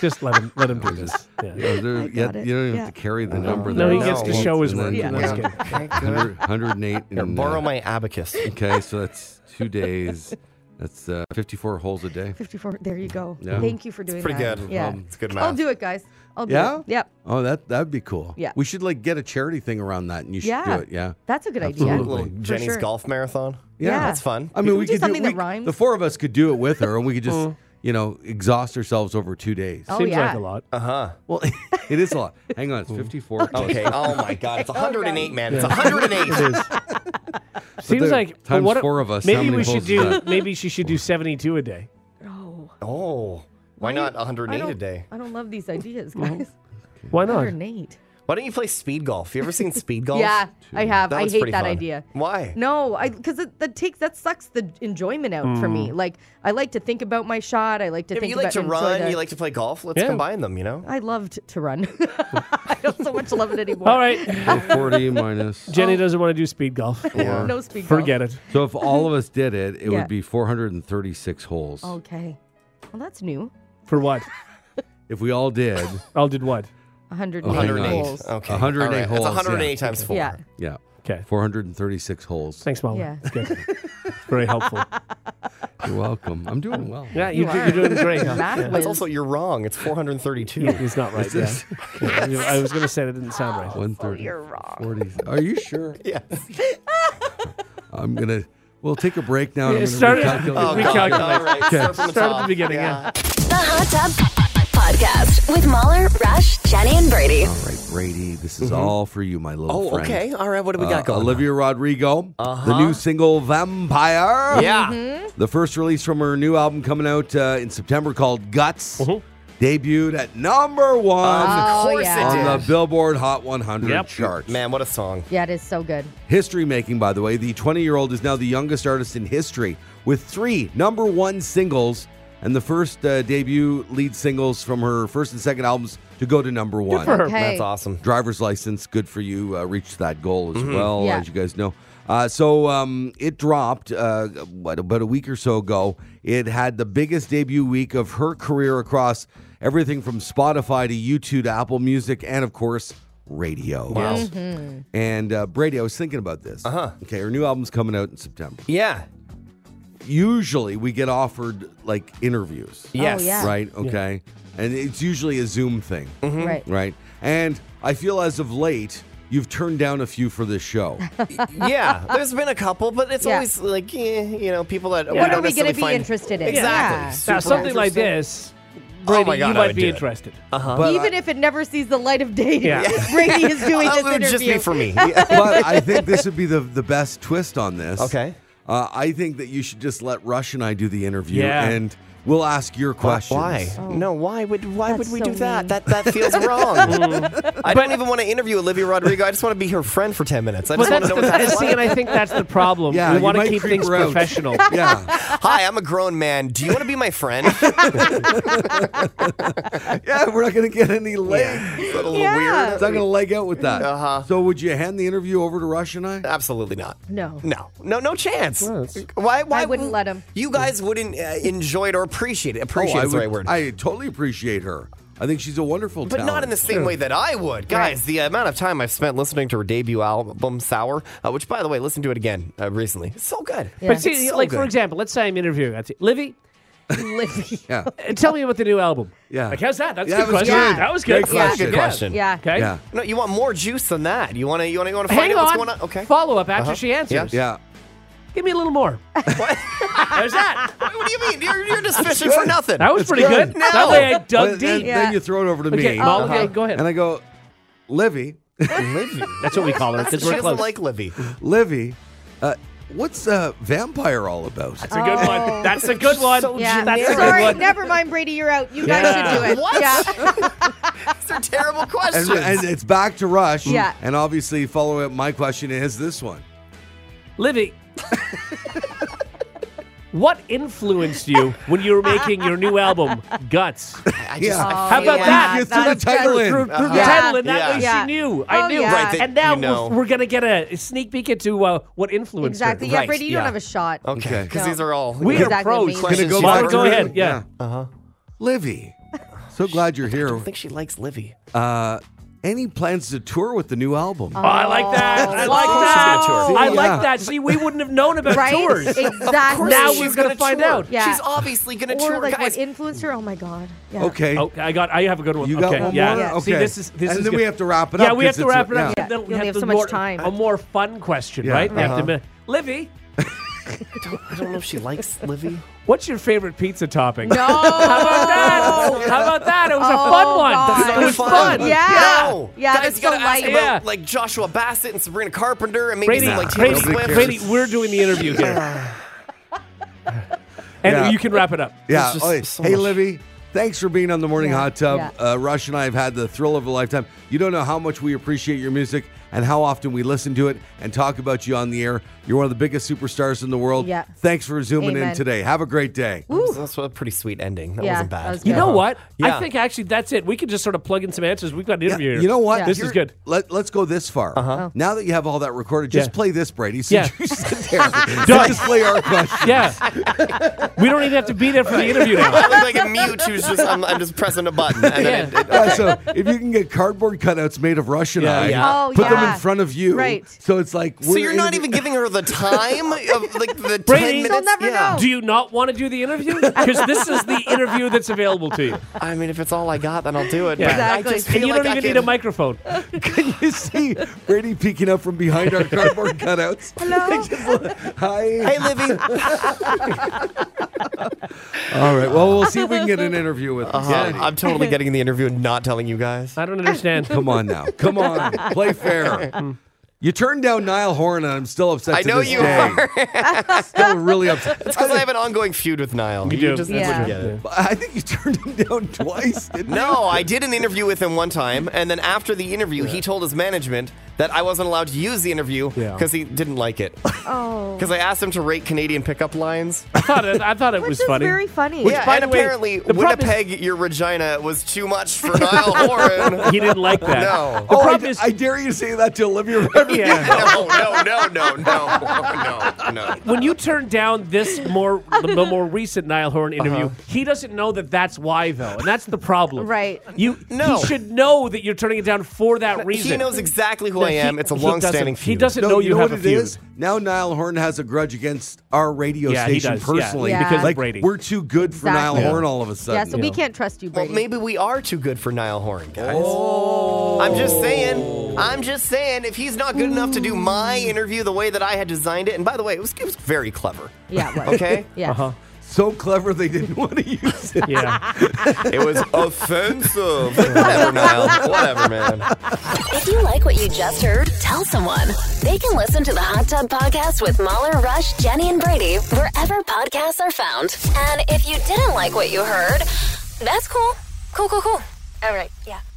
Speaker 3: Just let him let him do this. Yeah.
Speaker 2: Yeah, there- yeah,
Speaker 4: got it.
Speaker 2: you don't even
Speaker 4: Yeah.
Speaker 2: have to carry the number.
Speaker 3: No,
Speaker 2: there.
Speaker 3: he gets to show his
Speaker 2: And
Speaker 3: work.
Speaker 2: then,
Speaker 3: and that's
Speaker 2: yeah, *laughs*
Speaker 3: good.
Speaker 2: 100 108.
Speaker 5: Here,
Speaker 2: and,
Speaker 5: borrow
Speaker 2: uh,
Speaker 5: my abacus.
Speaker 2: Okay, so that's two days. That's uh, 54 holes a day.
Speaker 4: 54. There you go.
Speaker 2: Yeah.
Speaker 4: Thank you for doing
Speaker 5: pretty
Speaker 4: that.
Speaker 5: good.
Speaker 4: Yeah.
Speaker 5: Um, it's
Speaker 4: *laughs*
Speaker 5: good
Speaker 4: I'll
Speaker 5: math.
Speaker 4: do it, guys. I'll do
Speaker 2: Yeah?
Speaker 4: it. Yep.
Speaker 2: Oh, that that'd be cool.
Speaker 4: Yeah.
Speaker 2: we should like get a charity thing around that, and you should
Speaker 4: Yeah.
Speaker 2: do it. Yeah,
Speaker 4: That's a good
Speaker 5: A
Speaker 2: Absolutely.
Speaker 4: idea.
Speaker 5: little
Speaker 2: For
Speaker 5: Jenny's
Speaker 4: sure.
Speaker 5: golf marathon.
Speaker 2: Yeah.
Speaker 5: That's fun.
Speaker 2: I mean,
Speaker 4: can
Speaker 2: we
Speaker 4: do
Speaker 2: could
Speaker 4: something
Speaker 2: we,
Speaker 4: that rhymes. Mm.
Speaker 2: The four of us could do it with her, and we could just you know exhaust ourselves over two days.
Speaker 4: Oh,
Speaker 3: Seems
Speaker 4: yeah.
Speaker 3: like a lot.
Speaker 5: Uh huh.
Speaker 2: Well,
Speaker 4: *laughs*
Speaker 2: it is a lot. Hang on, it's
Speaker 3: Mm.
Speaker 2: 54. plus- *laughs*
Speaker 5: Okay. oh my God. It's 108, man. It's 108.
Speaker 3: It is. Seems
Speaker 2: there-
Speaker 3: like
Speaker 2: times
Speaker 3: what-
Speaker 2: four of us, how
Speaker 3: Maybe
Speaker 2: many
Speaker 3: we
Speaker 2: holes
Speaker 3: should
Speaker 2: is
Speaker 3: do.
Speaker 2: that?
Speaker 3: *laughs* Maybe she should do seventy-two a day.
Speaker 4: Oh,
Speaker 5: oh. Why not
Speaker 4: I
Speaker 5: 108 a
Speaker 4: don't-
Speaker 5: day?
Speaker 4: I don't love these ideas, guys. *laughs*
Speaker 3: Why not?
Speaker 4: 108.
Speaker 5: Why don't you play speed golf? You ever
Speaker 4: *laughs*
Speaker 5: seen speed golf?
Speaker 4: Yeah, I have.
Speaker 5: That
Speaker 4: I
Speaker 5: looks
Speaker 4: hate
Speaker 5: pretty
Speaker 4: that
Speaker 5: fun.
Speaker 4: idea.
Speaker 5: Why?
Speaker 4: No, I because it that takes that sucks the enjoyment out for
Speaker 3: Mm.
Speaker 4: me. Like I like to think about my shot. I like to
Speaker 5: If
Speaker 4: think
Speaker 5: you like
Speaker 4: about
Speaker 5: to
Speaker 4: and enjoy
Speaker 5: run,
Speaker 4: the-
Speaker 5: you like to play golf. Let's
Speaker 3: Yeah.
Speaker 5: combine them. You know.
Speaker 4: I loved to run. *laughs* I don't so much
Speaker 3: *laughs*
Speaker 4: love it anymore. *laughs*
Speaker 3: All right.
Speaker 2: So 40 minus.
Speaker 4: Oh.
Speaker 3: Jenny doesn't want to do speed golf.
Speaker 2: Yeah.
Speaker 4: no speed. golf.
Speaker 3: Forget it.
Speaker 2: So if all of us did it, it
Speaker 4: Yeah. Oh.
Speaker 2: would be 436 holes.
Speaker 4: Okay. Well, that's new.
Speaker 3: For what?
Speaker 2: If we all did,
Speaker 4: *laughs*
Speaker 3: All did what?
Speaker 4: 108,
Speaker 2: hang on.
Speaker 5: 108.
Speaker 4: holes.
Speaker 5: Okay.
Speaker 2: 108
Speaker 5: All right.
Speaker 2: holes,
Speaker 5: That's 108
Speaker 2: yeah.
Speaker 5: times four.
Speaker 4: Yeah.
Speaker 2: yeah,
Speaker 3: Okay.
Speaker 2: 436 holes.
Speaker 3: Thanks, Mom.
Speaker 4: Yeah. *laughs*
Speaker 3: It's good. Very helpful.
Speaker 2: You're welcome. I'm doing well.
Speaker 3: Yeah, you,
Speaker 4: You
Speaker 3: do-
Speaker 4: are.
Speaker 3: you're doing great.
Speaker 4: That
Speaker 3: Yeah.
Speaker 5: That's
Speaker 4: was-
Speaker 5: also you're wrong. It's 432.
Speaker 4: *laughs*
Speaker 3: He's not right. Yeah. *laughs* Yeah, I was going to say that didn't sound right.
Speaker 4: Oh,
Speaker 2: 130. you're wrong. 40. Are you sure?
Speaker 5: Yes.
Speaker 2: I'm going to. We'll take a break now. and
Speaker 3: Yeah,
Speaker 2: I'm
Speaker 3: start it.
Speaker 2: gonna recalculate.
Speaker 3: Oh, God. Recalculate.
Speaker 5: All right. Start from the
Speaker 3: Start at
Speaker 5: top.
Speaker 3: the beginning, yeah.
Speaker 1: The Hot Tub Podcast with Mahler, Rush, Jenny, and Brady.
Speaker 2: All right, Brady, this is all for you, my little
Speaker 5: Mm-hmm. Oh,
Speaker 2: friend.
Speaker 5: okay. All right. What do we
Speaker 2: Uh,
Speaker 5: got going? on? Uh-huh.
Speaker 2: Olivia Rodrigo, the new single Vampire.
Speaker 5: Yeah.
Speaker 2: The first release from her new album coming out uh, in September called Guts
Speaker 5: Mm-hmm.
Speaker 2: debuted at number one
Speaker 5: Of course
Speaker 4: Oh, yeah.
Speaker 5: it
Speaker 2: on
Speaker 5: Oh, did.
Speaker 2: the Billboard Hot 100
Speaker 3: Yep.
Speaker 2: chart.
Speaker 5: Man, what a song.
Speaker 4: Yeah, it is so good.
Speaker 2: History making, by the way. The 20 year old is now the youngest artist in history with three number one singles and the first uh, debut lead singles from her first and second albums to go to number one
Speaker 3: for her.
Speaker 4: Okay.
Speaker 5: That's awesome.
Speaker 2: driver's license. Good for you. Uh, reached that goal as well,
Speaker 4: Yeah.
Speaker 2: as you guys know. Uh, so um, it dropped uh, what, about a week or so ago. It had the biggest debut week of her career across everything from Spotify to YouTube to Apple Music and, of course, radio.
Speaker 5: Wow.
Speaker 2: And uh, Brady, I was thinking about this. Uh-huh. Okay, her new album's coming out in September.
Speaker 5: Yeah.
Speaker 4: Oh,
Speaker 2: Usually we get offered like interviews,
Speaker 5: Yes.
Speaker 4: yeah.
Speaker 2: right? Okay. And it's usually a Zoom thing
Speaker 5: Hmm.
Speaker 4: Right.
Speaker 2: right? And I feel as of late, you've turned down a few for this
Speaker 5: *laughs*
Speaker 2: show.
Speaker 5: Uh-huh.
Speaker 4: *laughs*
Speaker 5: yeah, there's been a couple, but it's
Speaker 4: Yeah.
Speaker 5: always like eh, you know people that
Speaker 4: What
Speaker 5: don't
Speaker 4: are we gonna
Speaker 5: necessarily
Speaker 4: be
Speaker 5: find-
Speaker 4: interested in?
Speaker 5: Exactly.
Speaker 4: Yeah. Now,
Speaker 3: Now,
Speaker 5: Super
Speaker 3: something like
Speaker 5: interesting.
Speaker 3: this,
Speaker 2: Oh
Speaker 3: Brady,
Speaker 5: my God,
Speaker 3: you
Speaker 5: I
Speaker 3: might
Speaker 5: would
Speaker 3: be
Speaker 5: do it.
Speaker 3: interested.
Speaker 2: But
Speaker 4: Even
Speaker 2: I-
Speaker 4: if it never sees the light of day, *laughs* Brady
Speaker 5: *laughs*
Speaker 4: is doing
Speaker 5: Uh,
Speaker 4: this
Speaker 5: it would
Speaker 4: interview.
Speaker 5: just
Speaker 4: *laughs*
Speaker 5: be for me. Yeah.
Speaker 2: *laughs* but I think this would be the, the best twist on this.
Speaker 5: Okay.
Speaker 2: Uh, I think that you should just let Rush and I do the interview
Speaker 3: Yeah.
Speaker 2: and we'll ask your questions.
Speaker 5: Why? No, why would why would
Speaker 4: Oh. That's
Speaker 5: we
Speaker 4: so
Speaker 5: do that?
Speaker 4: mean.
Speaker 5: That that
Speaker 4: *laughs*
Speaker 5: feels wrong. I don't even want to interview Olivia Rodrigo. I just want to be her friend for ten minutes. I
Speaker 3: But
Speaker 5: just want
Speaker 3: that's
Speaker 5: to know
Speaker 3: the
Speaker 5: what that's
Speaker 3: see,
Speaker 5: like.
Speaker 3: and I think that's the problem.
Speaker 2: Yeah,
Speaker 3: we
Speaker 2: you
Speaker 3: want to
Speaker 2: might
Speaker 3: keep
Speaker 2: creep
Speaker 3: things
Speaker 2: her out.
Speaker 5: *laughs*
Speaker 3: professional.
Speaker 2: Yeah. *laughs*
Speaker 5: Hi, I'm a grown man. Do you want to be my friend? yeah.
Speaker 2: Yeah, we're not going to get any leg.
Speaker 5: Is that a little
Speaker 4: Yeah.
Speaker 5: weird?
Speaker 2: It's not going to leg out with that.
Speaker 5: Uh-huh.
Speaker 2: So would you hand the interview over to Rush and I?
Speaker 5: Absolutely not.
Speaker 4: No.
Speaker 5: No, no, no chance. Why? Why
Speaker 4: I wouldn't let him.
Speaker 5: You guys wouldn't uh, enjoy it or appreciate it.
Speaker 2: Oh,
Speaker 5: Appreciate
Speaker 2: I
Speaker 5: is the
Speaker 2: would-
Speaker 5: right word.
Speaker 2: I totally appreciate her. I think she's a wonderful
Speaker 5: but not in the same way that I would, guys. The amount of time I've spent listening to her debut album, Sour, uh, which, by the way, listened to it again uh, recently. It's so good.
Speaker 3: But see,
Speaker 5: It's so
Speaker 3: like for
Speaker 5: good.
Speaker 3: example, let's say I'm interviewing. I'd say, Livy,
Speaker 4: Livy.
Speaker 5: *laughs*
Speaker 2: Yeah.
Speaker 3: uh, tell me about the new album.
Speaker 2: Yeah.
Speaker 3: Like, how's that? That's
Speaker 2: Yeah,
Speaker 3: a good
Speaker 2: that was
Speaker 3: question.
Speaker 4: good.
Speaker 3: That was good.
Speaker 2: Great question.
Speaker 5: Good question.
Speaker 4: Yeah.
Speaker 3: Okay.
Speaker 2: Yeah.
Speaker 5: No, you want more juice than that. You want to, you want to, you want to find
Speaker 3: Hang
Speaker 5: out
Speaker 3: on.
Speaker 5: what's going on. Okay. Uh-huh.
Speaker 3: Follow up after she answers.
Speaker 2: Yeah.
Speaker 3: Give me a little more.
Speaker 5: *laughs* What?
Speaker 3: There's that.
Speaker 5: Wait, what do you mean? You're,
Speaker 3: *laughs*
Speaker 5: you're just fishing for nothing.
Speaker 3: That was pretty good.
Speaker 5: good. No.
Speaker 3: That way I dug
Speaker 2: But then,
Speaker 3: deep.
Speaker 4: Yeah.
Speaker 2: then you throw it over to
Speaker 3: Okay,
Speaker 2: me.
Speaker 3: Molly, go ahead.
Speaker 2: And I go, Livy,
Speaker 5: Livy.
Speaker 3: That's what we call her
Speaker 5: She
Speaker 3: because we're
Speaker 5: doesn't
Speaker 3: close.
Speaker 5: like Livy.
Speaker 2: *laughs* Livy, uh, what's uh, vampire all about?
Speaker 3: That's a good
Speaker 5: Oh.
Speaker 3: one. That's a good
Speaker 4: *laughs*
Speaker 3: one.
Speaker 4: Yeah.
Speaker 3: That's a
Speaker 4: Sorry,
Speaker 3: good one.
Speaker 4: never mind, Brady. You're out. You guys
Speaker 3: Yeah.
Speaker 4: should do it.
Speaker 5: What?
Speaker 4: Yeah.
Speaker 5: These are terrible questions.
Speaker 2: and, and it's back to Rush.
Speaker 4: Yeah.
Speaker 2: And obviously, following up, my question is this one.
Speaker 3: Livy, what influenced you when you
Speaker 4: *laughs*
Speaker 3: were making your new album, Guts?
Speaker 5: I just,
Speaker 2: Yeah.
Speaker 5: I
Speaker 3: How
Speaker 5: feel
Speaker 3: about
Speaker 5: like-
Speaker 3: that?
Speaker 2: You threw the
Speaker 4: that's
Speaker 2: title
Speaker 3: Through, through
Speaker 2: in.
Speaker 3: the
Speaker 4: Yeah.
Speaker 3: title, and that
Speaker 5: Yeah.
Speaker 3: way
Speaker 4: Uh-huh. Yeah.
Speaker 3: she knew. I
Speaker 4: Oh,
Speaker 3: knew.
Speaker 4: yeah. Right, that
Speaker 3: and now
Speaker 5: you know.
Speaker 3: we're, we're gonna get a sneak peek into uh, what influenced her.
Speaker 4: Exactly. Yeah,
Speaker 5: Right,
Speaker 4: Brady, you
Speaker 5: yeah.
Speaker 4: don't have a shot.
Speaker 5: Okay, because
Speaker 4: No.
Speaker 5: these are all
Speaker 3: We
Speaker 4: Exactly
Speaker 3: are pros.
Speaker 4: me.
Speaker 5: Can it go
Speaker 3: Molly,
Speaker 5: back
Speaker 3: go
Speaker 5: to-
Speaker 3: ahead. Yeah.
Speaker 2: Livy, so glad you're
Speaker 5: I
Speaker 2: here.
Speaker 5: don't think she likes Livy.
Speaker 2: Uh, any plans to tour with the new album?
Speaker 5: Uh-huh.
Speaker 3: Oh, I like that. I
Speaker 4: Oh,
Speaker 3: like
Speaker 4: wow.
Speaker 3: that.
Speaker 5: She's gonna
Speaker 2: tour.
Speaker 3: I
Speaker 2: See, yeah.
Speaker 3: like that. See, we wouldn't have known about
Speaker 4: Right?
Speaker 3: tours.
Speaker 4: Exactly.
Speaker 3: Now
Speaker 5: She's
Speaker 3: we're gonna find
Speaker 5: tour.
Speaker 3: out.
Speaker 4: Yeah.
Speaker 5: She's obviously gonna
Speaker 4: or
Speaker 5: tour,
Speaker 4: like
Speaker 5: guys.
Speaker 4: what influencer? Oh my god. Yeah. *laughs*
Speaker 2: Okay.
Speaker 3: Oh, I got. I have a good one.
Speaker 2: You got
Speaker 3: okay.
Speaker 2: one
Speaker 3: yeah.
Speaker 2: more?
Speaker 4: Yeah.
Speaker 3: See,
Speaker 2: Okay.
Speaker 3: this is this
Speaker 2: And
Speaker 3: is
Speaker 2: then
Speaker 3: good.
Speaker 2: we have to wrap it
Speaker 3: yeah,
Speaker 2: up
Speaker 3: we have
Speaker 2: 'cause
Speaker 3: to
Speaker 2: it's a-
Speaker 3: wrap it up.
Speaker 4: yeah.
Speaker 3: Then
Speaker 4: You only have
Speaker 3: the
Speaker 4: so much
Speaker 3: more-
Speaker 4: time.
Speaker 3: A more fun question,
Speaker 2: Yeah. Uh-huh.
Speaker 3: right? We have to, Livy,
Speaker 5: I don't
Speaker 3: *laughs*
Speaker 5: know if she likes Livy.
Speaker 3: what's your favorite pizza topping?
Speaker 4: Oh, No.
Speaker 3: How about that? How about that? It was a
Speaker 4: Oh,
Speaker 3: fun one.
Speaker 4: God. That's
Speaker 3: It
Speaker 4: not
Speaker 3: was
Speaker 5: fun.
Speaker 3: fun.
Speaker 4: Yeah.
Speaker 5: No.
Speaker 4: Yeah,
Speaker 5: guys,
Speaker 4: that's
Speaker 5: you gotta
Speaker 4: so
Speaker 5: ask
Speaker 4: light.
Speaker 5: about
Speaker 3: Yeah.
Speaker 5: like Joshua Bassett and Sabrina Carpenter and maybe
Speaker 3: Brady,
Speaker 5: some, like Taylor
Speaker 3: Brady,
Speaker 5: Swift.
Speaker 2: cares?
Speaker 3: Brady, we're doing the interview here. and
Speaker 2: Yeah.
Speaker 3: you can wrap it up.
Speaker 2: Yeah.
Speaker 5: It's just
Speaker 2: oh, hey,
Speaker 5: so
Speaker 2: hey,
Speaker 5: much-
Speaker 2: Livy. Thanks for being on the morning
Speaker 4: Yeah,
Speaker 2: hot tub.
Speaker 4: yeah.
Speaker 2: Uh, Rush and I have had the thrill of a lifetime. You don't know how much we appreciate your music and how often we listen to it and talk about you on the air. You're one of the biggest superstars in the world.
Speaker 4: Yeah.
Speaker 2: Thanks for zooming in
Speaker 4: Amen.
Speaker 2: today. Have a great day.
Speaker 5: That's a pretty sweet ending. That
Speaker 4: Yeah,
Speaker 5: wasn't bad.
Speaker 4: that was
Speaker 3: You
Speaker 4: Yeah.
Speaker 3: know what?
Speaker 5: Yeah.
Speaker 3: I think actually that's it. We can just sort of plug in some answers. We've got an
Speaker 2: Yeah,
Speaker 3: interview. here.
Speaker 2: you know what?
Speaker 4: Yeah.
Speaker 3: This is
Speaker 2: You're-
Speaker 3: good.
Speaker 2: Let, let's go this far. Uh-huh. Now that you have all that recorded, just
Speaker 3: Yeah.
Speaker 2: play this, Brady. Since
Speaker 3: Yeah.
Speaker 2: you sit there,
Speaker 3: Done.
Speaker 2: just play our question.
Speaker 3: Yeah. *laughs* we don't even have to be there for the interview now. *laughs*
Speaker 5: I look *laughs* like a mute who's just I'm, I'm just pressing a button. And then it-
Speaker 3: Yeah.
Speaker 5: it-
Speaker 2: Yeah, so if you can get cardboard cutouts made of Russian
Speaker 3: Yeah,
Speaker 2: eye,
Speaker 5: yeah.
Speaker 4: Oh,
Speaker 2: put them
Speaker 4: yeah.
Speaker 2: in front of you.
Speaker 4: Right.
Speaker 2: So it's like
Speaker 5: so
Speaker 2: we're
Speaker 5: you're not
Speaker 2: interview-
Speaker 5: even giving her the time of like the *laughs*
Speaker 3: Brady,
Speaker 5: ten minutes.
Speaker 3: You'll
Speaker 4: never know.
Speaker 3: Do you not want to do the interview? Because this is the interview that's available to
Speaker 4: *laughs*
Speaker 3: you.
Speaker 5: I mean, if it's all I got, then I'll do it.
Speaker 3: Yeah.
Speaker 5: But I
Speaker 4: Exactly.
Speaker 5: just
Speaker 3: And
Speaker 5: feel
Speaker 3: you
Speaker 5: like
Speaker 3: don't
Speaker 5: I
Speaker 3: even need a
Speaker 5: can-
Speaker 3: microphone.
Speaker 2: Can you see Brady peeking up from behind our cardboard cutouts? Hello. Hi.
Speaker 5: Hey,
Speaker 3: *laughs*
Speaker 5: Livy.
Speaker 2: All right. Well, we'll see if we can get an interview with him.
Speaker 5: Uh, I'm totally getting the interview and not telling you *laughs* guys.
Speaker 3: I don't understand.
Speaker 2: Come on now. Come on. Play fair. You turned down Niall Horan, and I'm still upset.
Speaker 5: I
Speaker 2: to
Speaker 5: know
Speaker 2: this
Speaker 5: you
Speaker 2: day.
Speaker 5: are.
Speaker 2: Still really upset.
Speaker 5: It's because I have an ongoing feud with Niall.
Speaker 3: You do.
Speaker 5: just
Speaker 4: Yeah.
Speaker 5: wouldn't get it.
Speaker 2: I think you turned him down twice, didn't you?
Speaker 5: No, I did an interview with him one time, and then after the interview, he told his management that I wasn't allowed to use the interview
Speaker 3: Yeah.
Speaker 5: because he didn't like *laughs* it.
Speaker 4: Oh.
Speaker 5: Because I asked him to rate Canadian pickup lines.
Speaker 3: I thought it, I thought it
Speaker 4: Which
Speaker 3: was
Speaker 4: is
Speaker 3: funny.
Speaker 4: very funny.
Speaker 5: yeah,
Speaker 3: by
Speaker 5: and
Speaker 3: the way,
Speaker 5: apparently
Speaker 3: the problem is-
Speaker 5: Winnipeg, your Regina was too much for Niall
Speaker 3: *laughs*
Speaker 5: Horan. *laughs*
Speaker 3: He didn't like that. The
Speaker 5: No.
Speaker 2: Oh, I,
Speaker 3: problem is,
Speaker 2: I dare you to say that to Olivia
Speaker 5: *laughs*
Speaker 2: Rodrigo.
Speaker 3: yeah.
Speaker 5: No, no, no, *laughs* no, no, no, no.
Speaker 3: when you turn down this more the,
Speaker 4: *laughs*
Speaker 3: the more recent Niall Horan interview, he doesn't know that that's why though, and that's the problem.
Speaker 4: Right.
Speaker 3: You
Speaker 5: No.
Speaker 3: He should know that you're turning it down for that reason.
Speaker 5: He knows exactly who who I am. It's a
Speaker 3: he doesn't-
Speaker 5: long-standing
Speaker 3: He
Speaker 5: feud.
Speaker 3: doesn't
Speaker 2: No,
Speaker 3: know
Speaker 2: you,
Speaker 3: you,
Speaker 2: know
Speaker 3: have
Speaker 2: what
Speaker 3: a
Speaker 2: it
Speaker 3: feud.
Speaker 2: is? Now Niall Horn has a grudge against our radio
Speaker 3: Yeah, he
Speaker 2: station
Speaker 3: does, yeah.
Speaker 2: personally.
Speaker 4: Yeah. Because of
Speaker 2: like,
Speaker 3: Brady.
Speaker 2: We're too good for Niall
Speaker 4: Exactly.
Speaker 2: Horn all of a
Speaker 4: Yeah,
Speaker 2: sudden.
Speaker 4: so we can't trust you,
Speaker 5: Well,
Speaker 4: Brady.
Speaker 5: maybe we are too good for Niall Horn, guys.
Speaker 3: Oh.
Speaker 5: I'm just saying. I'm just saying. If he's not good enough to do my interview the way that I had designed it, and by the way, it was, it was very clever.
Speaker 4: Yeah, it was.
Speaker 3: *laughs*
Speaker 5: Okay,
Speaker 4: Yes.
Speaker 2: So clever they didn't *laughs* want to use it.
Speaker 3: Yeah.
Speaker 5: it was offensive. Whatever, Niall. Whatever, man.
Speaker 1: If you like what you just heard, tell someone. They can listen to the Hot Tub Podcast with Mahler, Rush, Jenny, and Brady wherever podcasts are found. And if you didn't like what you heard, that's cool. Cool, cool, cool. All right, yeah.